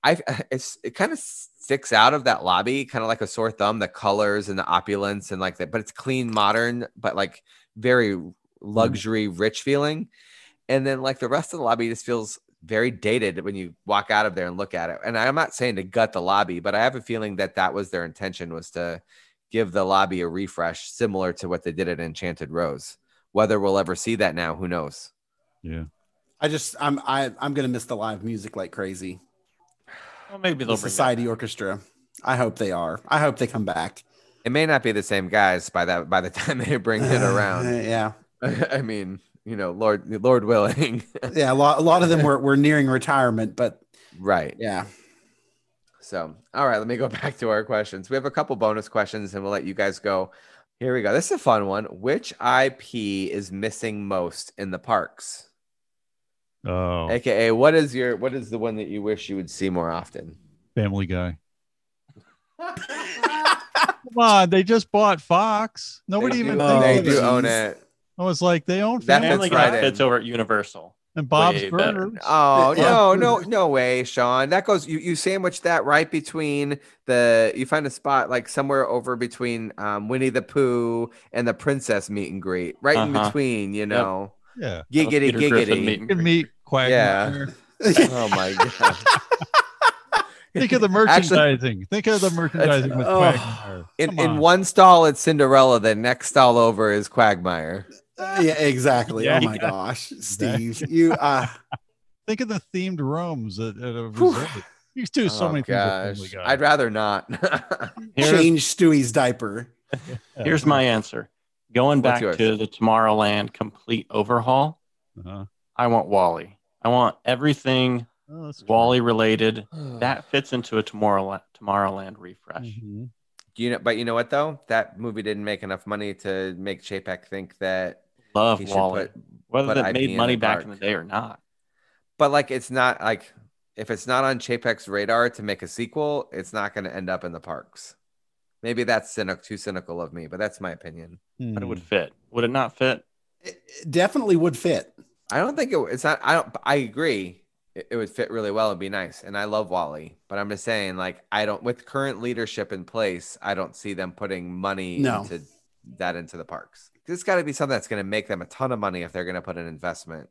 S1: I it's it kind of sticks out of that lobby, kind of like a sore thumb. The colors and the opulence and like that, but it's clean, modern, but like very luxury, rich feeling. And then like the rest of the lobby just feels very dated when you walk out of there and look at it. And I'm not saying to gut the lobby, but I have a feeling that that was their intention was to give the lobby a refresh, similar to what they did at Enchanted Rose. Whether we'll ever see that now, who knows?
S2: Yeah.
S4: I just I'm I, I'm gonna miss the live music like crazy.
S3: well, maybe
S4: The
S3: they'll bring that
S4: Society
S3: back.
S4: Orchestra. I hope they are. I hope they come back.
S1: It may not be the same guys by that by the time they bring it around.
S4: yeah,
S1: I mean, you know, Lord Lord willing,
S4: yeah. A lot, a lot of them were, were nearing retirement, but
S1: right?
S4: yeah.
S1: So, all right, let me go back to our questions. We have a couple bonus questions and we'll let you guys go. Here we go. This is a fun one. Which IP is missing most in the parks?
S2: Oh,
S1: AKA, what is your what is the one that you wish you would see more often?
S2: Family Guy. Come on, they just bought Fox. Nobody
S1: They
S2: even
S1: do-
S2: thinks
S1: they
S2: of
S1: do
S2: it.
S1: own it.
S2: I was like, they own
S1: That
S3: Family
S2: Family
S1: fits right uh,
S2: Guy.
S3: Guy
S1: in.
S3: fits over at Universal.
S2: and Bob's
S3: Way better.
S2: Burgers.
S1: Oh
S4: Yeah.
S1: no, no, no way, Sean. That goes you you sandwich that right between the you find a spot like somewhere over between um, Winnie the Pooh and the princess meet and greet, right in
S3: Uh-huh.
S1: between, you know.
S2: Yeah,
S3: That was
S1: Giggity
S3: Peter Griffin
S1: giggity.
S3: meeting.
S2: you can meet Quagmire.
S1: Oh my god.
S2: Think of the merchandising. Think of the merchandising with
S1: Oh.
S2: Quagmire.
S1: In,
S2: Come
S1: in
S2: on.
S1: one stall it's Cinderella, the next stall over is Quagmire.
S2: Ah,
S4: yeah, exactly.
S2: Yeah,
S4: oh my
S2: yeah.
S4: gosh, Steve, you uh,
S2: Think of the themed rooms at, at a
S4: Whew.
S2: resort. You do so
S1: oh
S2: many things. with Family
S1: gosh.
S2: Guy.
S1: I'd rather not.
S3: Here's,
S4: change Stewie's diaper.
S2: Yeah.
S3: here's my answer. Going
S1: What's
S3: back
S1: yours?
S3: to the Tomorrowland complete overhaul,
S2: Uh-huh.
S3: I want Wally. I want everything
S2: Oh, that's true.
S3: Wally related that fits into a Tomorrowland Tomorrowland refresh.
S2: Mhm.
S1: you know, but you know what though? That movie didn't make enough money to make Chapek think that
S3: Love
S1: he should
S3: Wally,
S1: put
S3: whether
S1: put
S3: that
S1: IP
S3: made
S1: in
S3: money
S1: the
S3: back in the
S1: park.
S3: day or not.
S1: but like it's not like if it's not on Chapek's radar to make a sequel, it's not going to end up in the parks. Maybe that's cynic, too cynical of me, but that's my opinion.
S3: But it would
S2: Hmm.
S3: fit. Would it not fit?
S4: It- it definitely would fit.
S1: I don't think it, it's not. I don't. I agree. It, it would fit really well and be nice. And I love Wally, but I'm just saying, like, I don't. With current leadership in place, I don't see them putting money
S4: No.
S1: into that into the parks. It's got to be something that's going to make them a ton of money if they're going to put an investment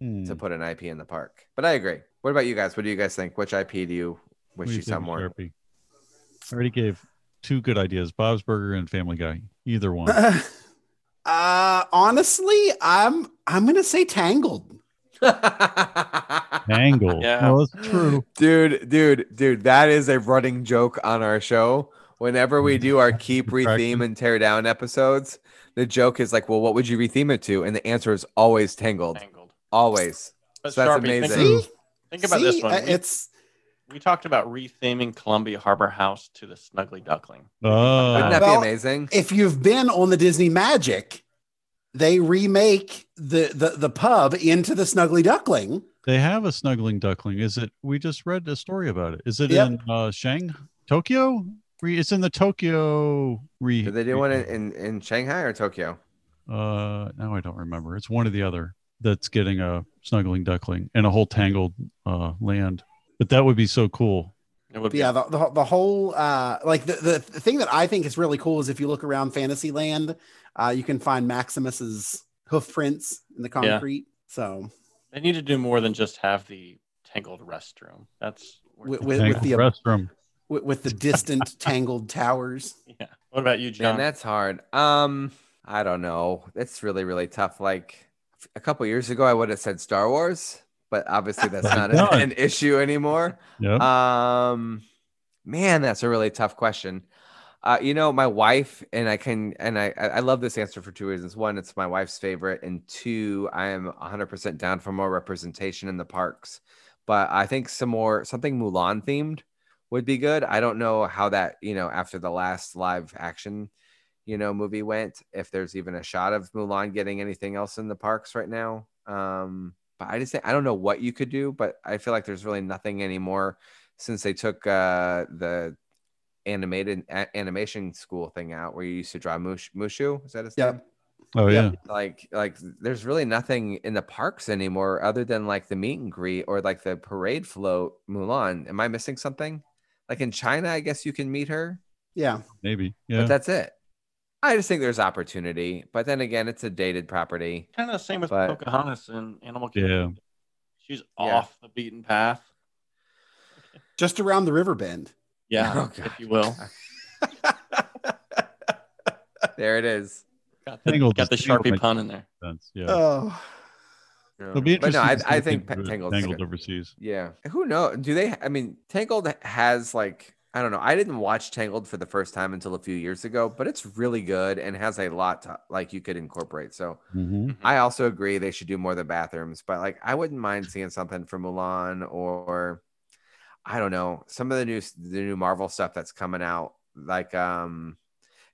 S2: Hmm.
S1: to put an IP in the park. But I agree. What about you guys? What do you guys think? Which IP do you
S2: What
S1: wish
S2: do
S1: you,
S2: you
S1: saw
S2: think,
S1: more?
S2: Sharpie? I already gave two good ideas: Bob's Burger and Family Guy. Either one.
S4: Uh, honestly, I'm I'm gonna say Tangled.
S2: Tangled.
S3: Yeah.
S2: No, Oh, that's true.
S1: dude, dude, dude, that is a running joke on our show. Whenever we do our keep, retheme, and tear down episodes, the joke is like, well, what would you retheme it to? And the answer is always tangled.
S3: Tangled.
S1: Always.
S3: But
S1: So that's
S3: Sharpie,
S1: amazing.
S3: Think, think about
S4: See,
S3: this one.
S4: uh,
S3: We,
S4: It's
S3: we talked about retheming Columbia Harbor House to the Snuggly Duckling.
S1: Wouldn't
S2: Oh,
S1: that
S4: Well,
S1: be amazing?
S4: if you've been on the Disney Magic, they remake the the, the pub into the Snuggly Duckling.
S2: they have a snuggling duckling. Is it? We just read a story about it. Is it
S4: Yep.
S2: in uh, Shang Tokyo? Re- It's in the Tokyo. Re-
S1: Did they do one in, in, in Shanghai or Tokyo?
S2: Uh, now I don't remember. It's one or the other that's getting a snuggling duckling and a whole tangled uh, land. But that would be so cool.
S3: It would
S4: But
S3: be
S4: yeah, the, the, the whole uh, like the, the the thing that I think is really cool is if you look around Fantasyland, uh, you can find Maximus's hoof prints in the concrete. So
S3: They need to do more than just have the tangled restroom. That's where-
S4: With- with-
S2: Tangled
S4: the-
S2: restroom.
S4: with, with the distant tangled towers,
S3: yeah. What about you,
S1: Man,
S3: John?
S1: that's hard. Um, I don't know. That's really, really tough. Like a couple years ago, I would have said Star Wars, but obviously that's
S2: Well
S1: not
S2: done.
S1: an issue anymore.
S2: Yeah.
S1: Um, man, that's a really tough question. Uh, you know, my wife and I can, and I, I I love this answer for two reasons. One, it's my wife's favorite, and two, I am 100% down for more representation in the parks. But I think some more something Mulan themed would be good. I don't know how that, you know, after the last live action, you know, movie went, if there's even a shot of Mulan getting anything else in the parks right now. Um, but I just think I don't know what you could do, but I feel like there's really nothing anymore since they took uh, the animated a- animation school thing out where you used to draw Mush- Mushu. Is that his
S4: Yep.
S1: name?
S2: oh yeah.
S4: yeah.
S1: Like, like there's really nothing in the parks anymore other than like the meet and greet or like the parade float Mulan. Am I missing something? Like in China, I guess you can meet her,
S4: yeah,
S2: Maybe. Yeah.
S1: but that's it. I just think there's opportunity, but then again, it's a dated property.
S3: kind of the same with
S1: But-
S3: Pocahontas and Animal
S2: Yeah.
S3: Kingdom. She's
S1: Yeah.
S3: off the beaten path.
S4: just around the river bend.
S3: Yeah,
S1: Oh, God.
S3: if you will.
S1: There it is.
S3: Got the,
S2: Tangled
S3: got the
S2: is tangled,
S3: Sharpie
S2: like-
S3: pun in there.
S2: Sense. Yeah.
S3: uh,
S4: Oh,
S2: It'll be
S1: but no,
S2: interesting.
S1: I,
S2: to see
S1: I
S2: if they
S1: think
S2: do it
S1: Tangled.
S2: tangled overseas.
S1: Yeah. Who knows? Do they? I mean, Tangled has like, I don't know. I didn't watch Tangled for the first time until a few years ago, but it's really good and has a lot to like you could incorporate. So
S3: Mm-hmm.
S2: Mhm.
S1: I also agree they should do more of the bathrooms, but like I wouldn't mind seeing something from Mulan or I don't know, some of the new the new Marvel stuff that's coming out. Like, um,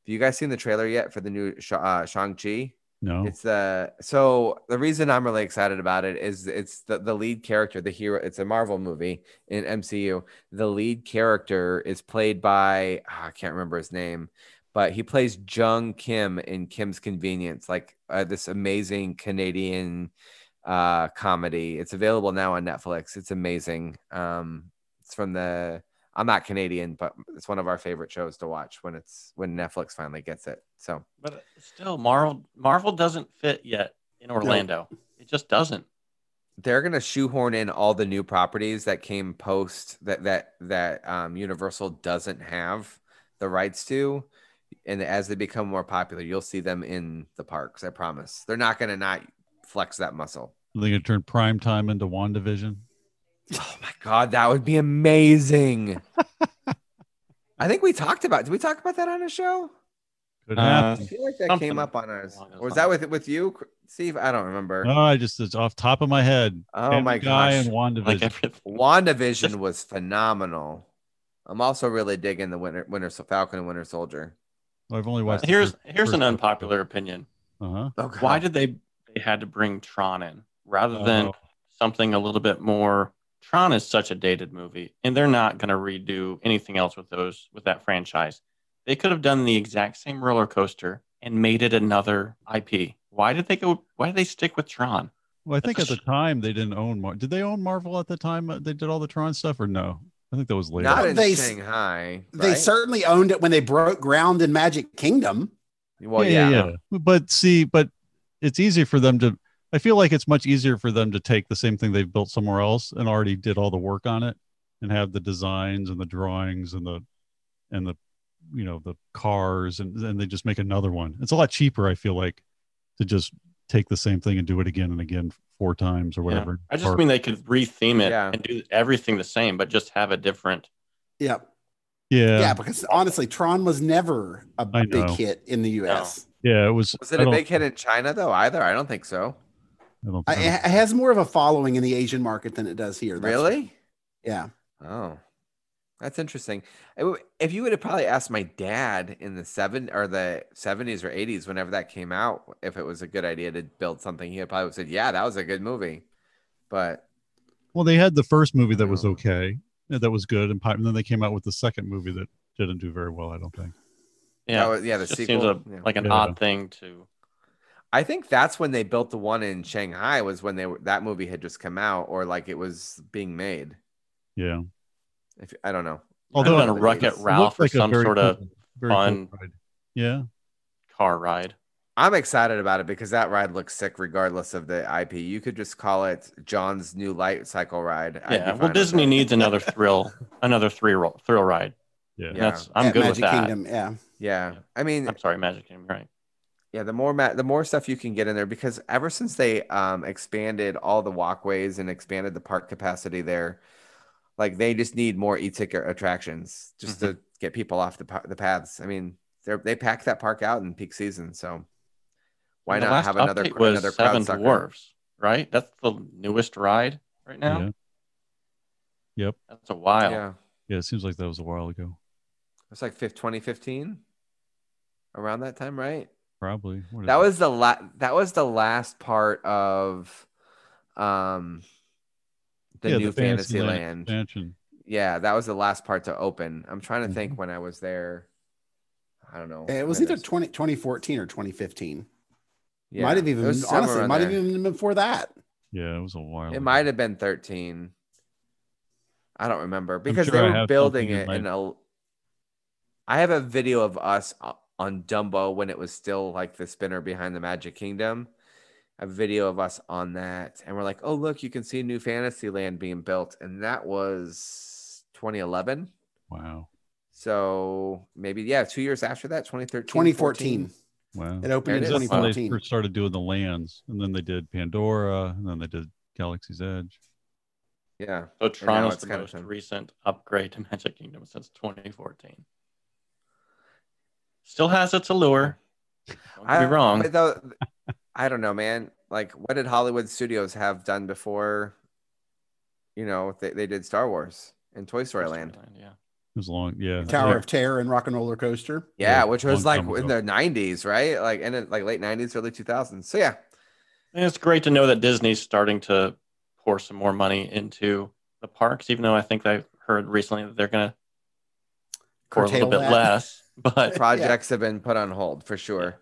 S1: have you guys seen the trailer yet for the new Sha- uh, Shang-Chi?
S2: No.
S1: It's uh so the reason I'm really excited about it is it's the, the lead character, the hero. It's a Marvel movie in MCU. The lead character is played by ah, I can't remember his name, but he plays Jung Kim in Kim's Convenience, like uh, this amazing Canadian uh, comedy. It's available now on Netflix. It's amazing. Um, it's from the I'm not Canadian, but it's one of our favorite shows to watch when it's when Netflix finally gets it. So
S3: But still, Marvel Marvel doesn't fit yet in Orlando. It just doesn't.
S1: they're gonna shoehorn in all the new properties that came post that that that um, Universal doesn't have the rights to, and as they become more popular, you'll see them in the parks. I promise. They're not gonna not flex that muscle.
S2: Are they going to turn prime time into WandaVision?
S1: Oh my god, that would be amazing. I think we talked about. Did we talk about that on a show?
S2: Could
S3: Uh,
S2: happen.
S1: I feel like that
S3: Something
S1: came up on ours.
S3: along those
S1: Or was that with with you, Steve? I don't remember.
S2: No, I just it's off top of my head.
S1: oh
S2: Family
S1: my
S2: Guy
S1: gosh.
S2: and WandaVision.
S3: Like everything.
S1: WandaVision
S3: Just-
S1: was phenomenal. I'm also really digging the Winter Winter Sol- Falcon and Winter Soldier.
S2: I've only watched.
S3: Here's here's an unpopular opinion.
S2: Uh huh.
S1: Oh, God.
S3: Why did they they had to bring Tron in rather than
S2: Oh.
S3: something a little bit more? Tron is such a dated movie, and they're not going to redo anything else with those with that franchise. They could have done the exact same roller coaster and made it another IP. Why did they go? Why did they stick with Tron?
S2: Well, I think at
S3: That's-
S2: the time they didn't own. Mar- did they own Marvel at the time uh, they did all the Tron stuff, or no? I think that was later.
S1: not in
S4: They-
S1: Shanghai?
S4: They
S1: right?
S4: certainly owned it when they broke ground in Magic Kingdom.
S1: Well, yeah,
S2: But see, but it's easy for them to. I feel like it's much easier for them to take the same thing they've built somewhere else and already did all the work on it, and have the designs and the drawings and the and the you know the cars and and they just make another one. It's a lot cheaper, I feel like, to just take the same thing and do it again and again four times or whatever.
S3: I just
S2: Or-
S3: mean they could retheme it
S1: Yeah.
S3: and do everything the same, but just have a different.
S4: Yeah.
S2: yeah,
S4: Yeah.
S2: yeah,
S4: because honestly, Tron was never a
S2: I
S4: big
S2: know.
S4: hit in the US.
S2: It was.
S1: Was it
S2: I
S1: a
S2: don't-
S1: big hit in China though? Either I don't think so.
S2: I don't, I
S4: I, it
S2: don't-
S4: it has more of a following in the Asian market than it does here. that's-
S1: Really?
S4: Yeah.
S1: Oh, that's interesting. I w- If you would have probably asked my dad in the seven or the seventies or eighties, whenever that came out, if it was a good idea to build something, he would probably said, "Yeah, that was a good movie." But
S2: Well, they had the first movie that was
S1: Yeah.
S2: okay, yeah, that was good, and, pop- and then they came out with the second movie that didn't do very well. I don't think.
S1: yeah,
S3: Yeah,
S1: Oh, yeah, the
S3: just
S1: sequel.
S3: seems a,
S1: yeah.
S3: like an
S2: Yeah.
S3: odd thing to.
S1: I think that's when they built the one in Shanghai was when they were that movie had just come out or like it was being made.
S2: Yeah,
S1: If I don't know.
S2: although
S1: I
S3: on
S1: don't
S3: a
S1: know.
S3: Wreck
S1: It
S3: It Ralph or
S2: looked like a
S3: some
S2: very
S3: sort of
S2: cool- very cool
S3: fun-
S2: ride. Yeah,
S3: car ride.
S1: I'm excited about it because that ride looks sick regardless of the IP. You could just call it John's new light cycle ride. I'd be
S3: Yeah,
S1: fine
S3: well,
S1: with
S3: Disney
S1: it.
S3: needs another thrill, another three roll, thrill ride.
S2: yeah,
S1: Yeah.
S3: And That's I'm
S4: at
S3: good
S4: Magic
S3: with that.
S4: Kingdom. Yeah.
S1: Yeah.
S3: Yeah.
S1: I mean,
S3: I'm sorry, Magic Kingdom, right?
S1: Yeah, the more ma- the more stuff you can get in there because ever since they um, expanded all the walkways and expanded the park capacity there, like they just need more e-ticket attractions just
S3: Mm-hmm.
S1: to get people off the pa- the paths. I mean, they they pack that park out in peak season, so why
S3: And the
S1: not
S3: last
S1: have another
S3: update was
S1: another crowd
S3: Seven
S1: sucker?
S3: Dwarfs, right? That's the newest ride right now.
S2: yeah. Yep.
S3: That's a while.
S1: Yeah,
S2: Yeah, it seems like that was a while ago.
S1: it's like fif- 2015 around that time, right?
S3: Mm-hmm.
S2: Probably. What is
S1: That
S2: it?
S1: was the la- that was the last part of um the
S2: Yeah,
S1: new Fantasyland.
S2: expansion.
S1: Yeah, that was the last part to open. I'm trying to think when I was there. I don't know.
S4: Mm-hmm. It was
S1: Maybe
S4: either 20, 2014 or 2015.
S1: yeah,
S4: Might have
S1: it
S4: even,
S1: was somewhere
S4: honestly,
S1: around
S4: might have
S1: there.
S4: even been before that.
S2: Yeah, it was a while.
S1: It might have been 13. I don't remember because
S2: sure
S1: they
S2: I
S1: were
S2: have
S1: building
S2: something
S1: it in
S2: in
S1: a. I have a video of us o- on Dumbo when it was still like the spinner behind the Magic Kingdom. A video of us on that, and we're like, "Oh, look! You can see New Fantasyland being built," and that was 2011.
S2: Wow.
S1: So maybe yeah, two years after that, 2013,
S4: 2014.
S1: 14.
S2: Wow.
S4: It
S1: There
S4: opened in
S1: it is.
S2: That's when they
S4: 2014.
S2: first started doing the lands, and then they did Pandora, and then they did Galaxy's Edge.
S1: Yeah,
S3: So Tron
S1: now
S3: is
S1: it's
S3: the
S1: kind of
S3: most
S1: fun.
S3: recent upgrade to Magic Kingdom since 2014. Still has its allure. Don't
S1: I-
S3: be wrong.
S1: but though, I don't know, man. Like, what did Hollywood Studios have done before? You know, they, they did Star Wars and Toy Story Land.
S3: Yeah.
S2: It was long. Yeah.
S4: Tower of Terror and Rock and Roller Coaster.
S1: Yeah,
S2: Yeah,
S1: which
S2: long
S1: was like
S2: time
S1: in
S2: ago.
S1: the '90s, right? Like in the, like late '90s, early 2000s. So yeah,
S3: And it's great to know that Disney's starting to pour some more money into the parks, even though I think I heard recently that they're going to pour a little
S4: Curtail
S3: bit
S4: that.
S3: less. But
S1: projects have been put on hold for sure.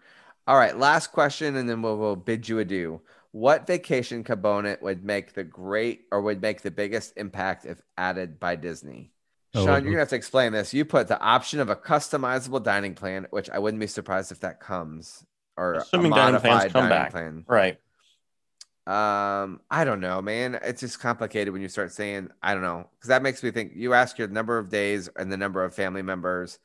S1: All right, last question, and then we'll, we'll bid you adieu. What vacation component would make the great or would make the biggest impact if added by Disney?
S2: Oh,
S1: Sean,
S2: okay.
S1: you're gonna have to explain this. You put the option of a customizable dining plan, which I wouldn't be surprised if that comes, or
S3: Assuming
S1: a
S3: dining
S1: modified
S3: plans come
S1: dining
S3: back.
S1: plan.
S3: Right.
S1: Um, I don't know, man. It's just complicated when you start saying I don't know because that makes me think. You ask your number of days and the number of family members.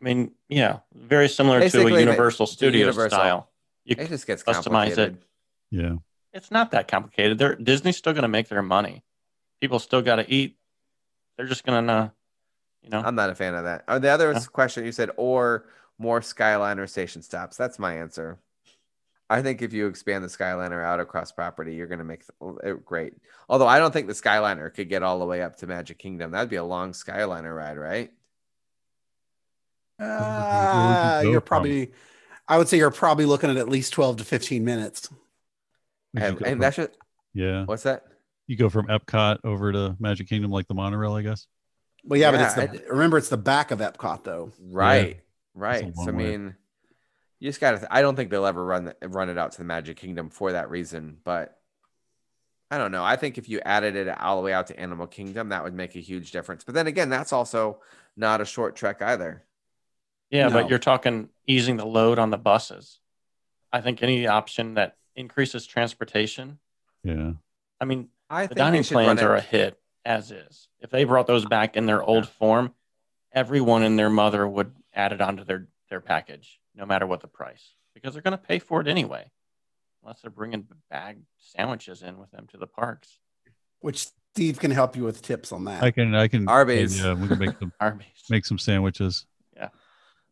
S3: I mean, yeah, very similar
S1: Basically, the-
S3: to a Universal Studio
S1: Universal.
S3: style. You,
S1: It just gets
S3: Customize it.
S1: complicated.
S2: Yeah.
S3: it's not that complicated. They're, Disney's still going to make their money. People still got to eat. They're just going to, you know,
S1: I'm not a fan of that. Oh, the other
S3: Yeah.
S1: question you said, or more Skyliner station stops. That's my answer. I think if you expand the Skyliner out across property, you're going to make it great. Although I don't think the Skyliner could get all the way up to Magic Kingdom. That'd be a long Skyliner ride, right?
S4: Uh,
S2: go
S4: you're
S2: from?
S4: probably, I would say you're probably looking at at least 12 to 15 minutes.
S2: You
S1: And,
S2: could go
S1: and
S2: from-
S1: that's just,
S2: yeah.
S1: what's that?
S2: You go from Epcot over to Magic Kingdom, like the monorail, I guess.
S4: Well, yeah,
S1: Yeah,
S4: but it's the, remember it's the back of Epcot though.
S1: Right, right.
S2: long
S1: So I
S2: way.
S1: mean, you just got to. I don't think they'll ever run the, run it out to the Magic Kingdom for that reason. But I don't know. I think if you added it all the way out to Animal Kingdom, that would make a huge difference. But then again, that's also not a short trek either.
S3: Yeah,
S4: No.
S3: but you're talking easing the load on the buses. I think any option that increases transportation.
S2: Yeah.
S3: I mean,
S1: I
S3: the
S1: think
S3: dining
S1: they should run
S3: plans are
S1: it-
S3: a hit as is. If they brought those back in their old form, everyone and their mother would add it onto their their package, no matter what the price, because they're going to pay for it anyway, unless they're bringing bag sandwiches in with them to the parks.
S4: Which Steve can help you with tips on that.
S2: I can, I can.
S1: Arby's.
S2: Yeah. We can make some,
S3: Arby's.
S2: make some sandwiches.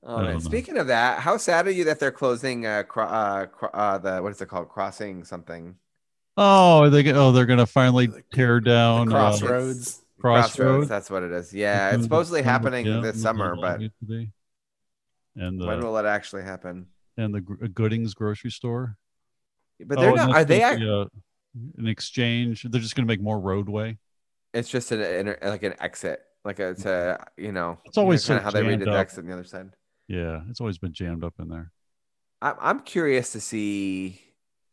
S1: Oh,
S2: I
S1: man.
S2: don't know.
S1: Speaking of that, how sad are you that they're closing uh, cro- uh, cro- uh the what is it called? Crossing something.
S2: Oh, are they, go- oh, they're going to finally tear
S4: The
S2: down uh,
S1: crossroad.
S4: crossroads.
S2: Crossroad.
S1: That's what it is. Yeah, it's supposedly happening
S2: Yeah,
S1: this
S2: that's
S1: summer,
S2: what
S1: but
S2: it used to be. and the
S1: when will it actually happen?
S2: and the Gr- uh, Goodings grocery store.
S1: But they're
S2: Oh, and
S1: not.
S2: that's
S1: Are they?
S2: supposed
S1: Act-
S2: to be, uh, an exchange? They're just going to make more roadway.
S1: it's just an, an like an exit like it's a you know
S2: It's always
S1: you know, kinda
S2: so
S1: how they read
S2: jammed
S1: the
S2: up.
S1: exit on the other side
S2: Yeah, it's always been jammed up in there.
S1: I'm, I'm curious to see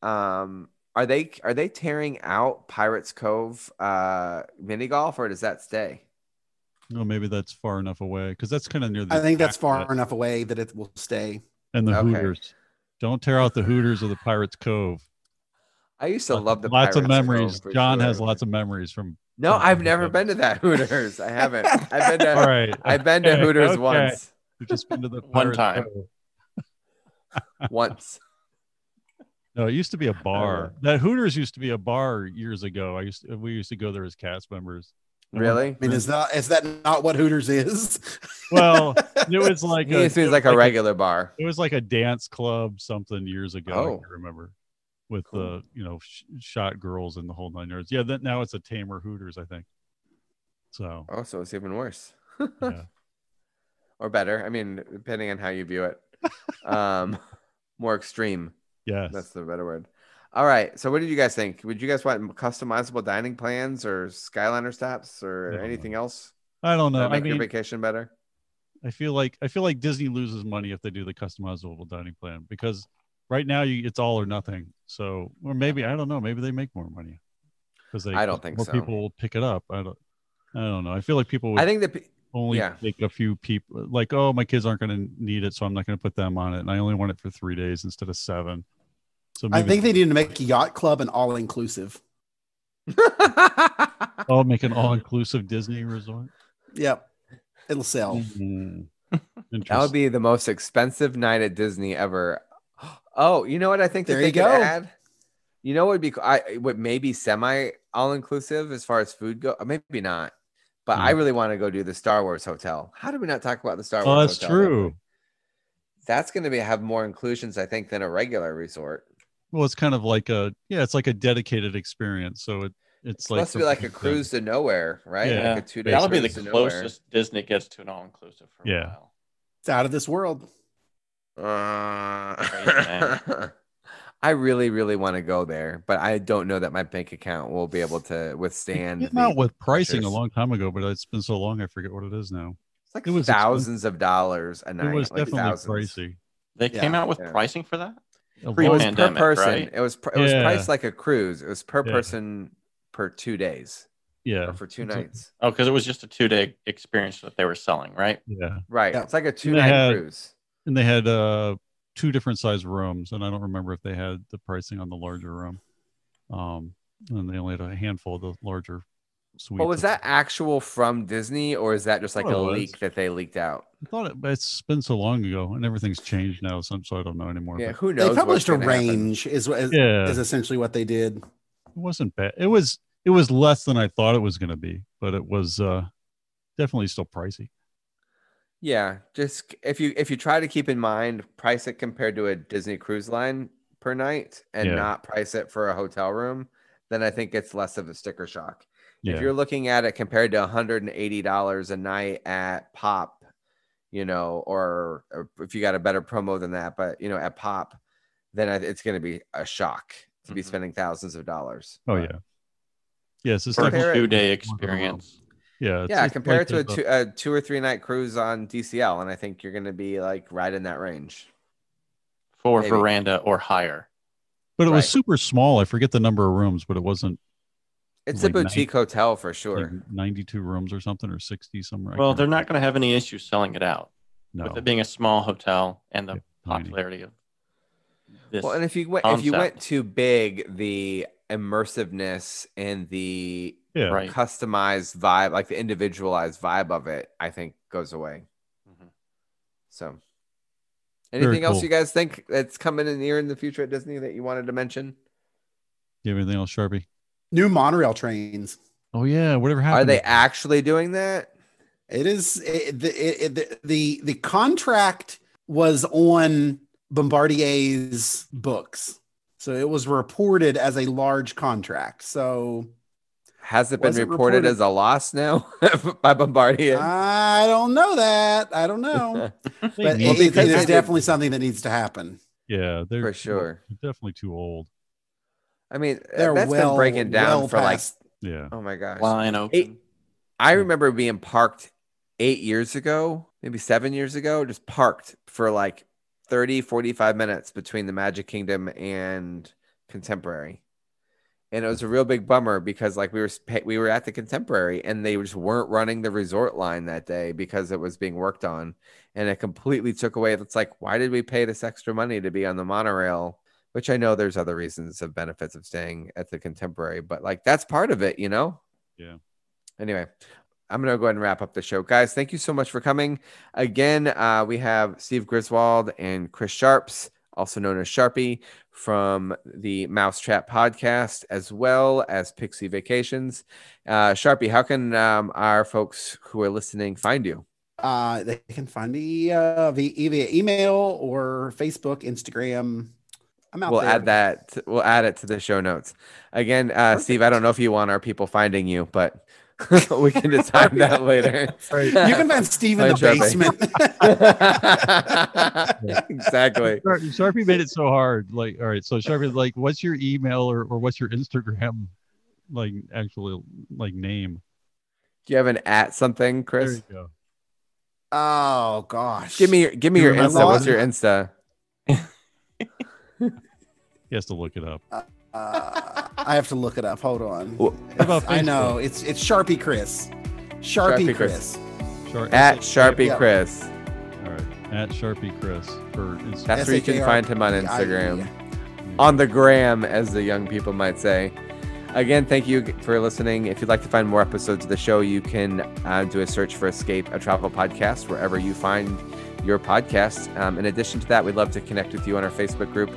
S1: um are they are they tearing out pirates cove uh mini golf or does that stay
S2: No, Oh, maybe that's far enough away because that's kind of near the.
S4: I think that's far
S2: back of it.
S4: enough away that it will stay.
S2: And the
S1: Okay.
S2: Hooters. Don't tear out the Hooters of the Pirates Cove.
S1: i used to love the
S2: lots of
S1: Pirates Cove
S2: memories.
S1: for
S2: John has
S1: sure.
S2: lots of memories from.
S1: no i've
S2: Pirates
S1: never
S2: Cove.
S1: been to that hooters i haven't i've been to
S2: All right,
S1: i've been to
S2: Okay,
S1: hooters
S2: okay.
S1: once
S2: We've just been to the
S3: One
S2: Pirates
S3: time.
S2: Cove.
S1: once
S2: No, it used to be a bar. That Hooters used to be a bar years ago. I used to, we used to go there as cast members. And one-
S1: really
S4: I mean, is that is that not what Hooters is?
S2: Well, it was like
S1: he seems like a regular bar
S2: it was like a dance club something years ago. I
S1: Oh.
S2: can't remember with
S1: Cool.
S2: the you know sh- shot girls and the whole nine yards. Yeah, that now it's a tamer Hooters, I think. So
S1: oh so it's even worse
S2: yeah.
S1: or better. I mean, depending on how you view it. Um, more extreme.
S2: yes,
S1: That's the better word. All right. So, what did you guys think? Would you guys want customizable dining plans or Skyliner stops or
S2: No.
S1: anything else?
S2: I don't know.
S1: that
S2: I
S1: make your
S2: mean,
S1: vacation better.
S2: I feel like I feel like Disney loses money if they do the customizable dining plan because right now you, it's all or nothing. So or maybe I don't know. Maybe they make more money because they
S1: I don't think
S2: more
S1: so.
S2: people will pick it up. I don't. I don't know. I feel like people would
S1: I think that
S2: only
S1: Yeah.
S2: take a few people like oh my kids aren't going to need it so i'm not going to put them on it and i only want it for three days instead of seven so
S4: I
S2: maybe
S4: think they need to make a yacht club and all inclusive.
S2: oh make an all-inclusive disney resort Hmm.
S4: Yep. It'll sell.
S1: Mm. that would
S2: Interesting.
S1: be the most expensive night at Disney ever. Oh, you know what? I think that
S4: There
S1: they
S4: you
S1: could
S4: go.
S1: add. You know what would be I what maybe semi all inclusive as far as food go? uh, Maybe not. But I
S2: Hmm.
S1: really want to go do the Star Wars hotel. How do we not talk about the Star
S2: oh
S1: Wars?
S2: that's
S1: hotel?
S2: true
S1: That's going to be have more inclusions, I think, than a regular resort.
S2: well it's kind of like a yeah it's like a dedicated experience so it it's
S1: It's
S2: like
S1: supposed to be like a
S2: something
S1: cruise to nowhere, right?
S2: Yeah,
S1: like a two day.
S3: That would be the
S1: cruise to nowhere.
S3: closest Disney gets to an all inclusive for
S2: Yeah.
S3: a while.
S4: It's out of this world.
S3: Crazy,
S1: Uh, I really, really want to go there, but I don't know that my bank account will be able to
S2: that.
S1: withstand.
S2: it came out
S1: the-
S2: with pricing
S1: pictures.
S2: a long time ago but it's been so long i forget what it is now
S1: it's like
S2: it was
S1: thousands of dollars a night.
S2: it was
S1: like
S2: definitely
S1: thousands.
S2: pricey
S3: They
S4: Yeah,
S3: came out with
S1: yeah.
S3: pricing for that?
S1: It was per
S3: Pre-pandemic,
S1: person.
S3: right?
S1: It was pr- it was
S2: Yeah.
S1: priced like a cruise. It was per
S2: Yeah.
S1: person per two days
S2: yeah,
S1: or for two
S2: It's a-
S1: nights.
S3: Oh, because it was just a two day experience that they were selling, right?
S2: yeah.
S1: Right.
S4: Yeah.
S1: It's like a two
S2: they
S1: night
S2: had-
S1: cruise.
S2: And they had uh two different size rooms, and I don't remember if they had the pricing on the larger room. Um, and they only had a handful of the larger suites.
S1: But was that actual from Disney or is that just like
S2: Thought it
S1: a
S2: was.
S1: leak that they leaked out?
S2: I thought it, but it's been so long ago, and everything's changed now, so, so I don't know anymore.
S1: Yeah,
S2: but-
S1: who knows?
S4: They published a
S1: what's gonna happen.
S4: range, is, is,
S2: yeah,
S4: is essentially what they did.
S2: it wasn't bad. It was it was less than I thought it was going to be, but it was uh definitely still pricey.
S1: Yeah, just c- if you if you try to keep in mind price it compared to a Disney cruise line per night and
S2: Yeah.
S1: not price it for a hotel room, then I think it's less of a sticker shock.
S2: Yeah,
S1: If you're looking at it compared to $180 a night at Pop, you know, or, or if you got a better promo than that, but you know, at Pop, then I- it's going to be a shock to be
S3: Mhm.
S1: spending thousands of dollars.
S2: Mm-hmm. oh yeah, yes, it's
S3: For
S1: Compare
S3: a
S1: it-
S2: definitely
S3: two day experience.
S2: yeah, it's,
S1: yeah,
S2: it's
S1: compare
S2: like
S1: it
S2: the-
S1: to a two, a two or three night cruise on DCL, and I think you're going to be like right in that range.
S3: for
S1: Maybe.
S3: veranda or higher.
S2: but it
S1: right.
S2: was super small. I forget the number of rooms, but it wasn't
S1: It's a
S2: Like nine-
S1: boutique hotel for sure.
S2: like 92 rooms or something or 60 somewhere. I
S3: Well,
S2: can't
S3: they're not going to have any issues selling it out
S2: remember.
S3: with it being a small hotel and the
S2: Yeah, tiny.
S3: popularity of this.
S1: Well, and if you went if you went
S3: concept.
S1: too big, the immersiveness and the
S2: yeah,
S3: right.
S1: customized vibe, like the individualized vibe of it, I think goes away.
S3: Mhm.
S1: So,
S2: Mm-hmm. Very
S1: anything else
S2: cool.
S1: you guys think that's coming in near in the future at Disney that you wanted to mention?
S2: Do you have anything else, Sharpie?
S4: New monorail trains.
S2: Oh yeah, whatever happened.
S1: Are they
S2: to-
S1: actually doing that?
S4: It is it, the, it, the the the contract was on Bombardier's books, so it was reported as a large contract. So
S1: Has it been
S4: Was it
S1: reported,
S4: reported? Uh,
S1: as a loss now by Bombardier?
S4: I don't know that. I don't know,
S2: they
S4: but
S2: need-
S4: it- it
S1: because they
S4: is
S1: did-
S4: definitely something that needs to happen.
S2: yeah, they're
S1: for sure.
S2: they're definitely too old.
S1: I mean,
S4: They're
S1: that's
S4: well
S1: been breaking down
S4: well
S1: for like,
S4: past-
S2: Yeah,
S1: oh my gosh,
S3: Line open.
S1: Eight- I remember being parked eight years ago, maybe seven years ago, just parked for like 30, 45 minutes between the Magic Kingdom and Contemporary. And it was a real big bummer because like we were sp- we were at the Contemporary and they just weren't running the resort line that day because it was being worked on, and it completely took away. It's like why did we pay this extra money to be on the monorail? Which I know there's other reasons of benefits of staying at the Contemporary, but like that's part of it, you know anyway i'm going to go ahead and wrap up the show guys thank you so much for coming again uh, we have steve griswold and chris sharps also known as sharpie from the mousetrap podcast as well as pixie vacations uh, sharpie how can um, our folks who are listening find you
S4: Uh, they can find me uh, via, via email or Facebook, Instagram. I'm out
S1: we'll
S4: there.
S1: add that we'll add it to the show notes again uh, steve i don't know if you want our people finding you but we can decide that later
S4: You can find Steve in
S1: Fine, Sharpie.
S4: the basement.
S1: exactly
S2: Shar- Sharpie made it so hard. Like, all right, so Sharpie, like, what's your email or, or what's your Instagram, like, actual like name?
S1: Do you have an at something,
S2: There you
S1: Chris?
S2: go.
S4: oh gosh,
S1: Give me your give me
S2: You
S1: your
S2: remember
S1: Insta.
S4: what?
S1: What's your Insta?
S2: He has to look it up.
S4: Uh, I have to look it up. Hold on.
S1: What
S2: about
S4: I know it's it's Sharpie Chris. Sharpie,
S1: Sharpie
S4: Chris.
S1: Chris.
S2: Shar-
S1: At
S2: S-
S1: Sharpie
S4: Yeah.
S1: Chris.
S2: All right, at Sharpie Chris for Instagram.
S1: That's where you
S4: E.
S1: can find him on
S4: S-H-A-R-P-I-E.
S1: Instagram. On the gram, as the young people might say. Again, thank you for listening. If you'd like to find more episodes of the show, you can uh, do a search for Escape a Travel Podcast wherever you find your podcast. Um, in addition to that, we'd love to connect with you on our Facebook group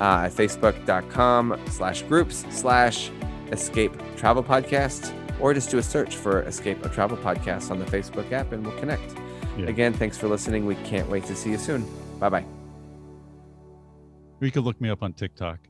S1: uh, at facebook.com slash groups slash escape travel podcast or just do a search for escape a travel podcast on the facebook app and we'll connect
S2: Yeah.
S1: again thanks for listening we can't wait to see you soon bye bye
S2: Or you can look me up on TikTok.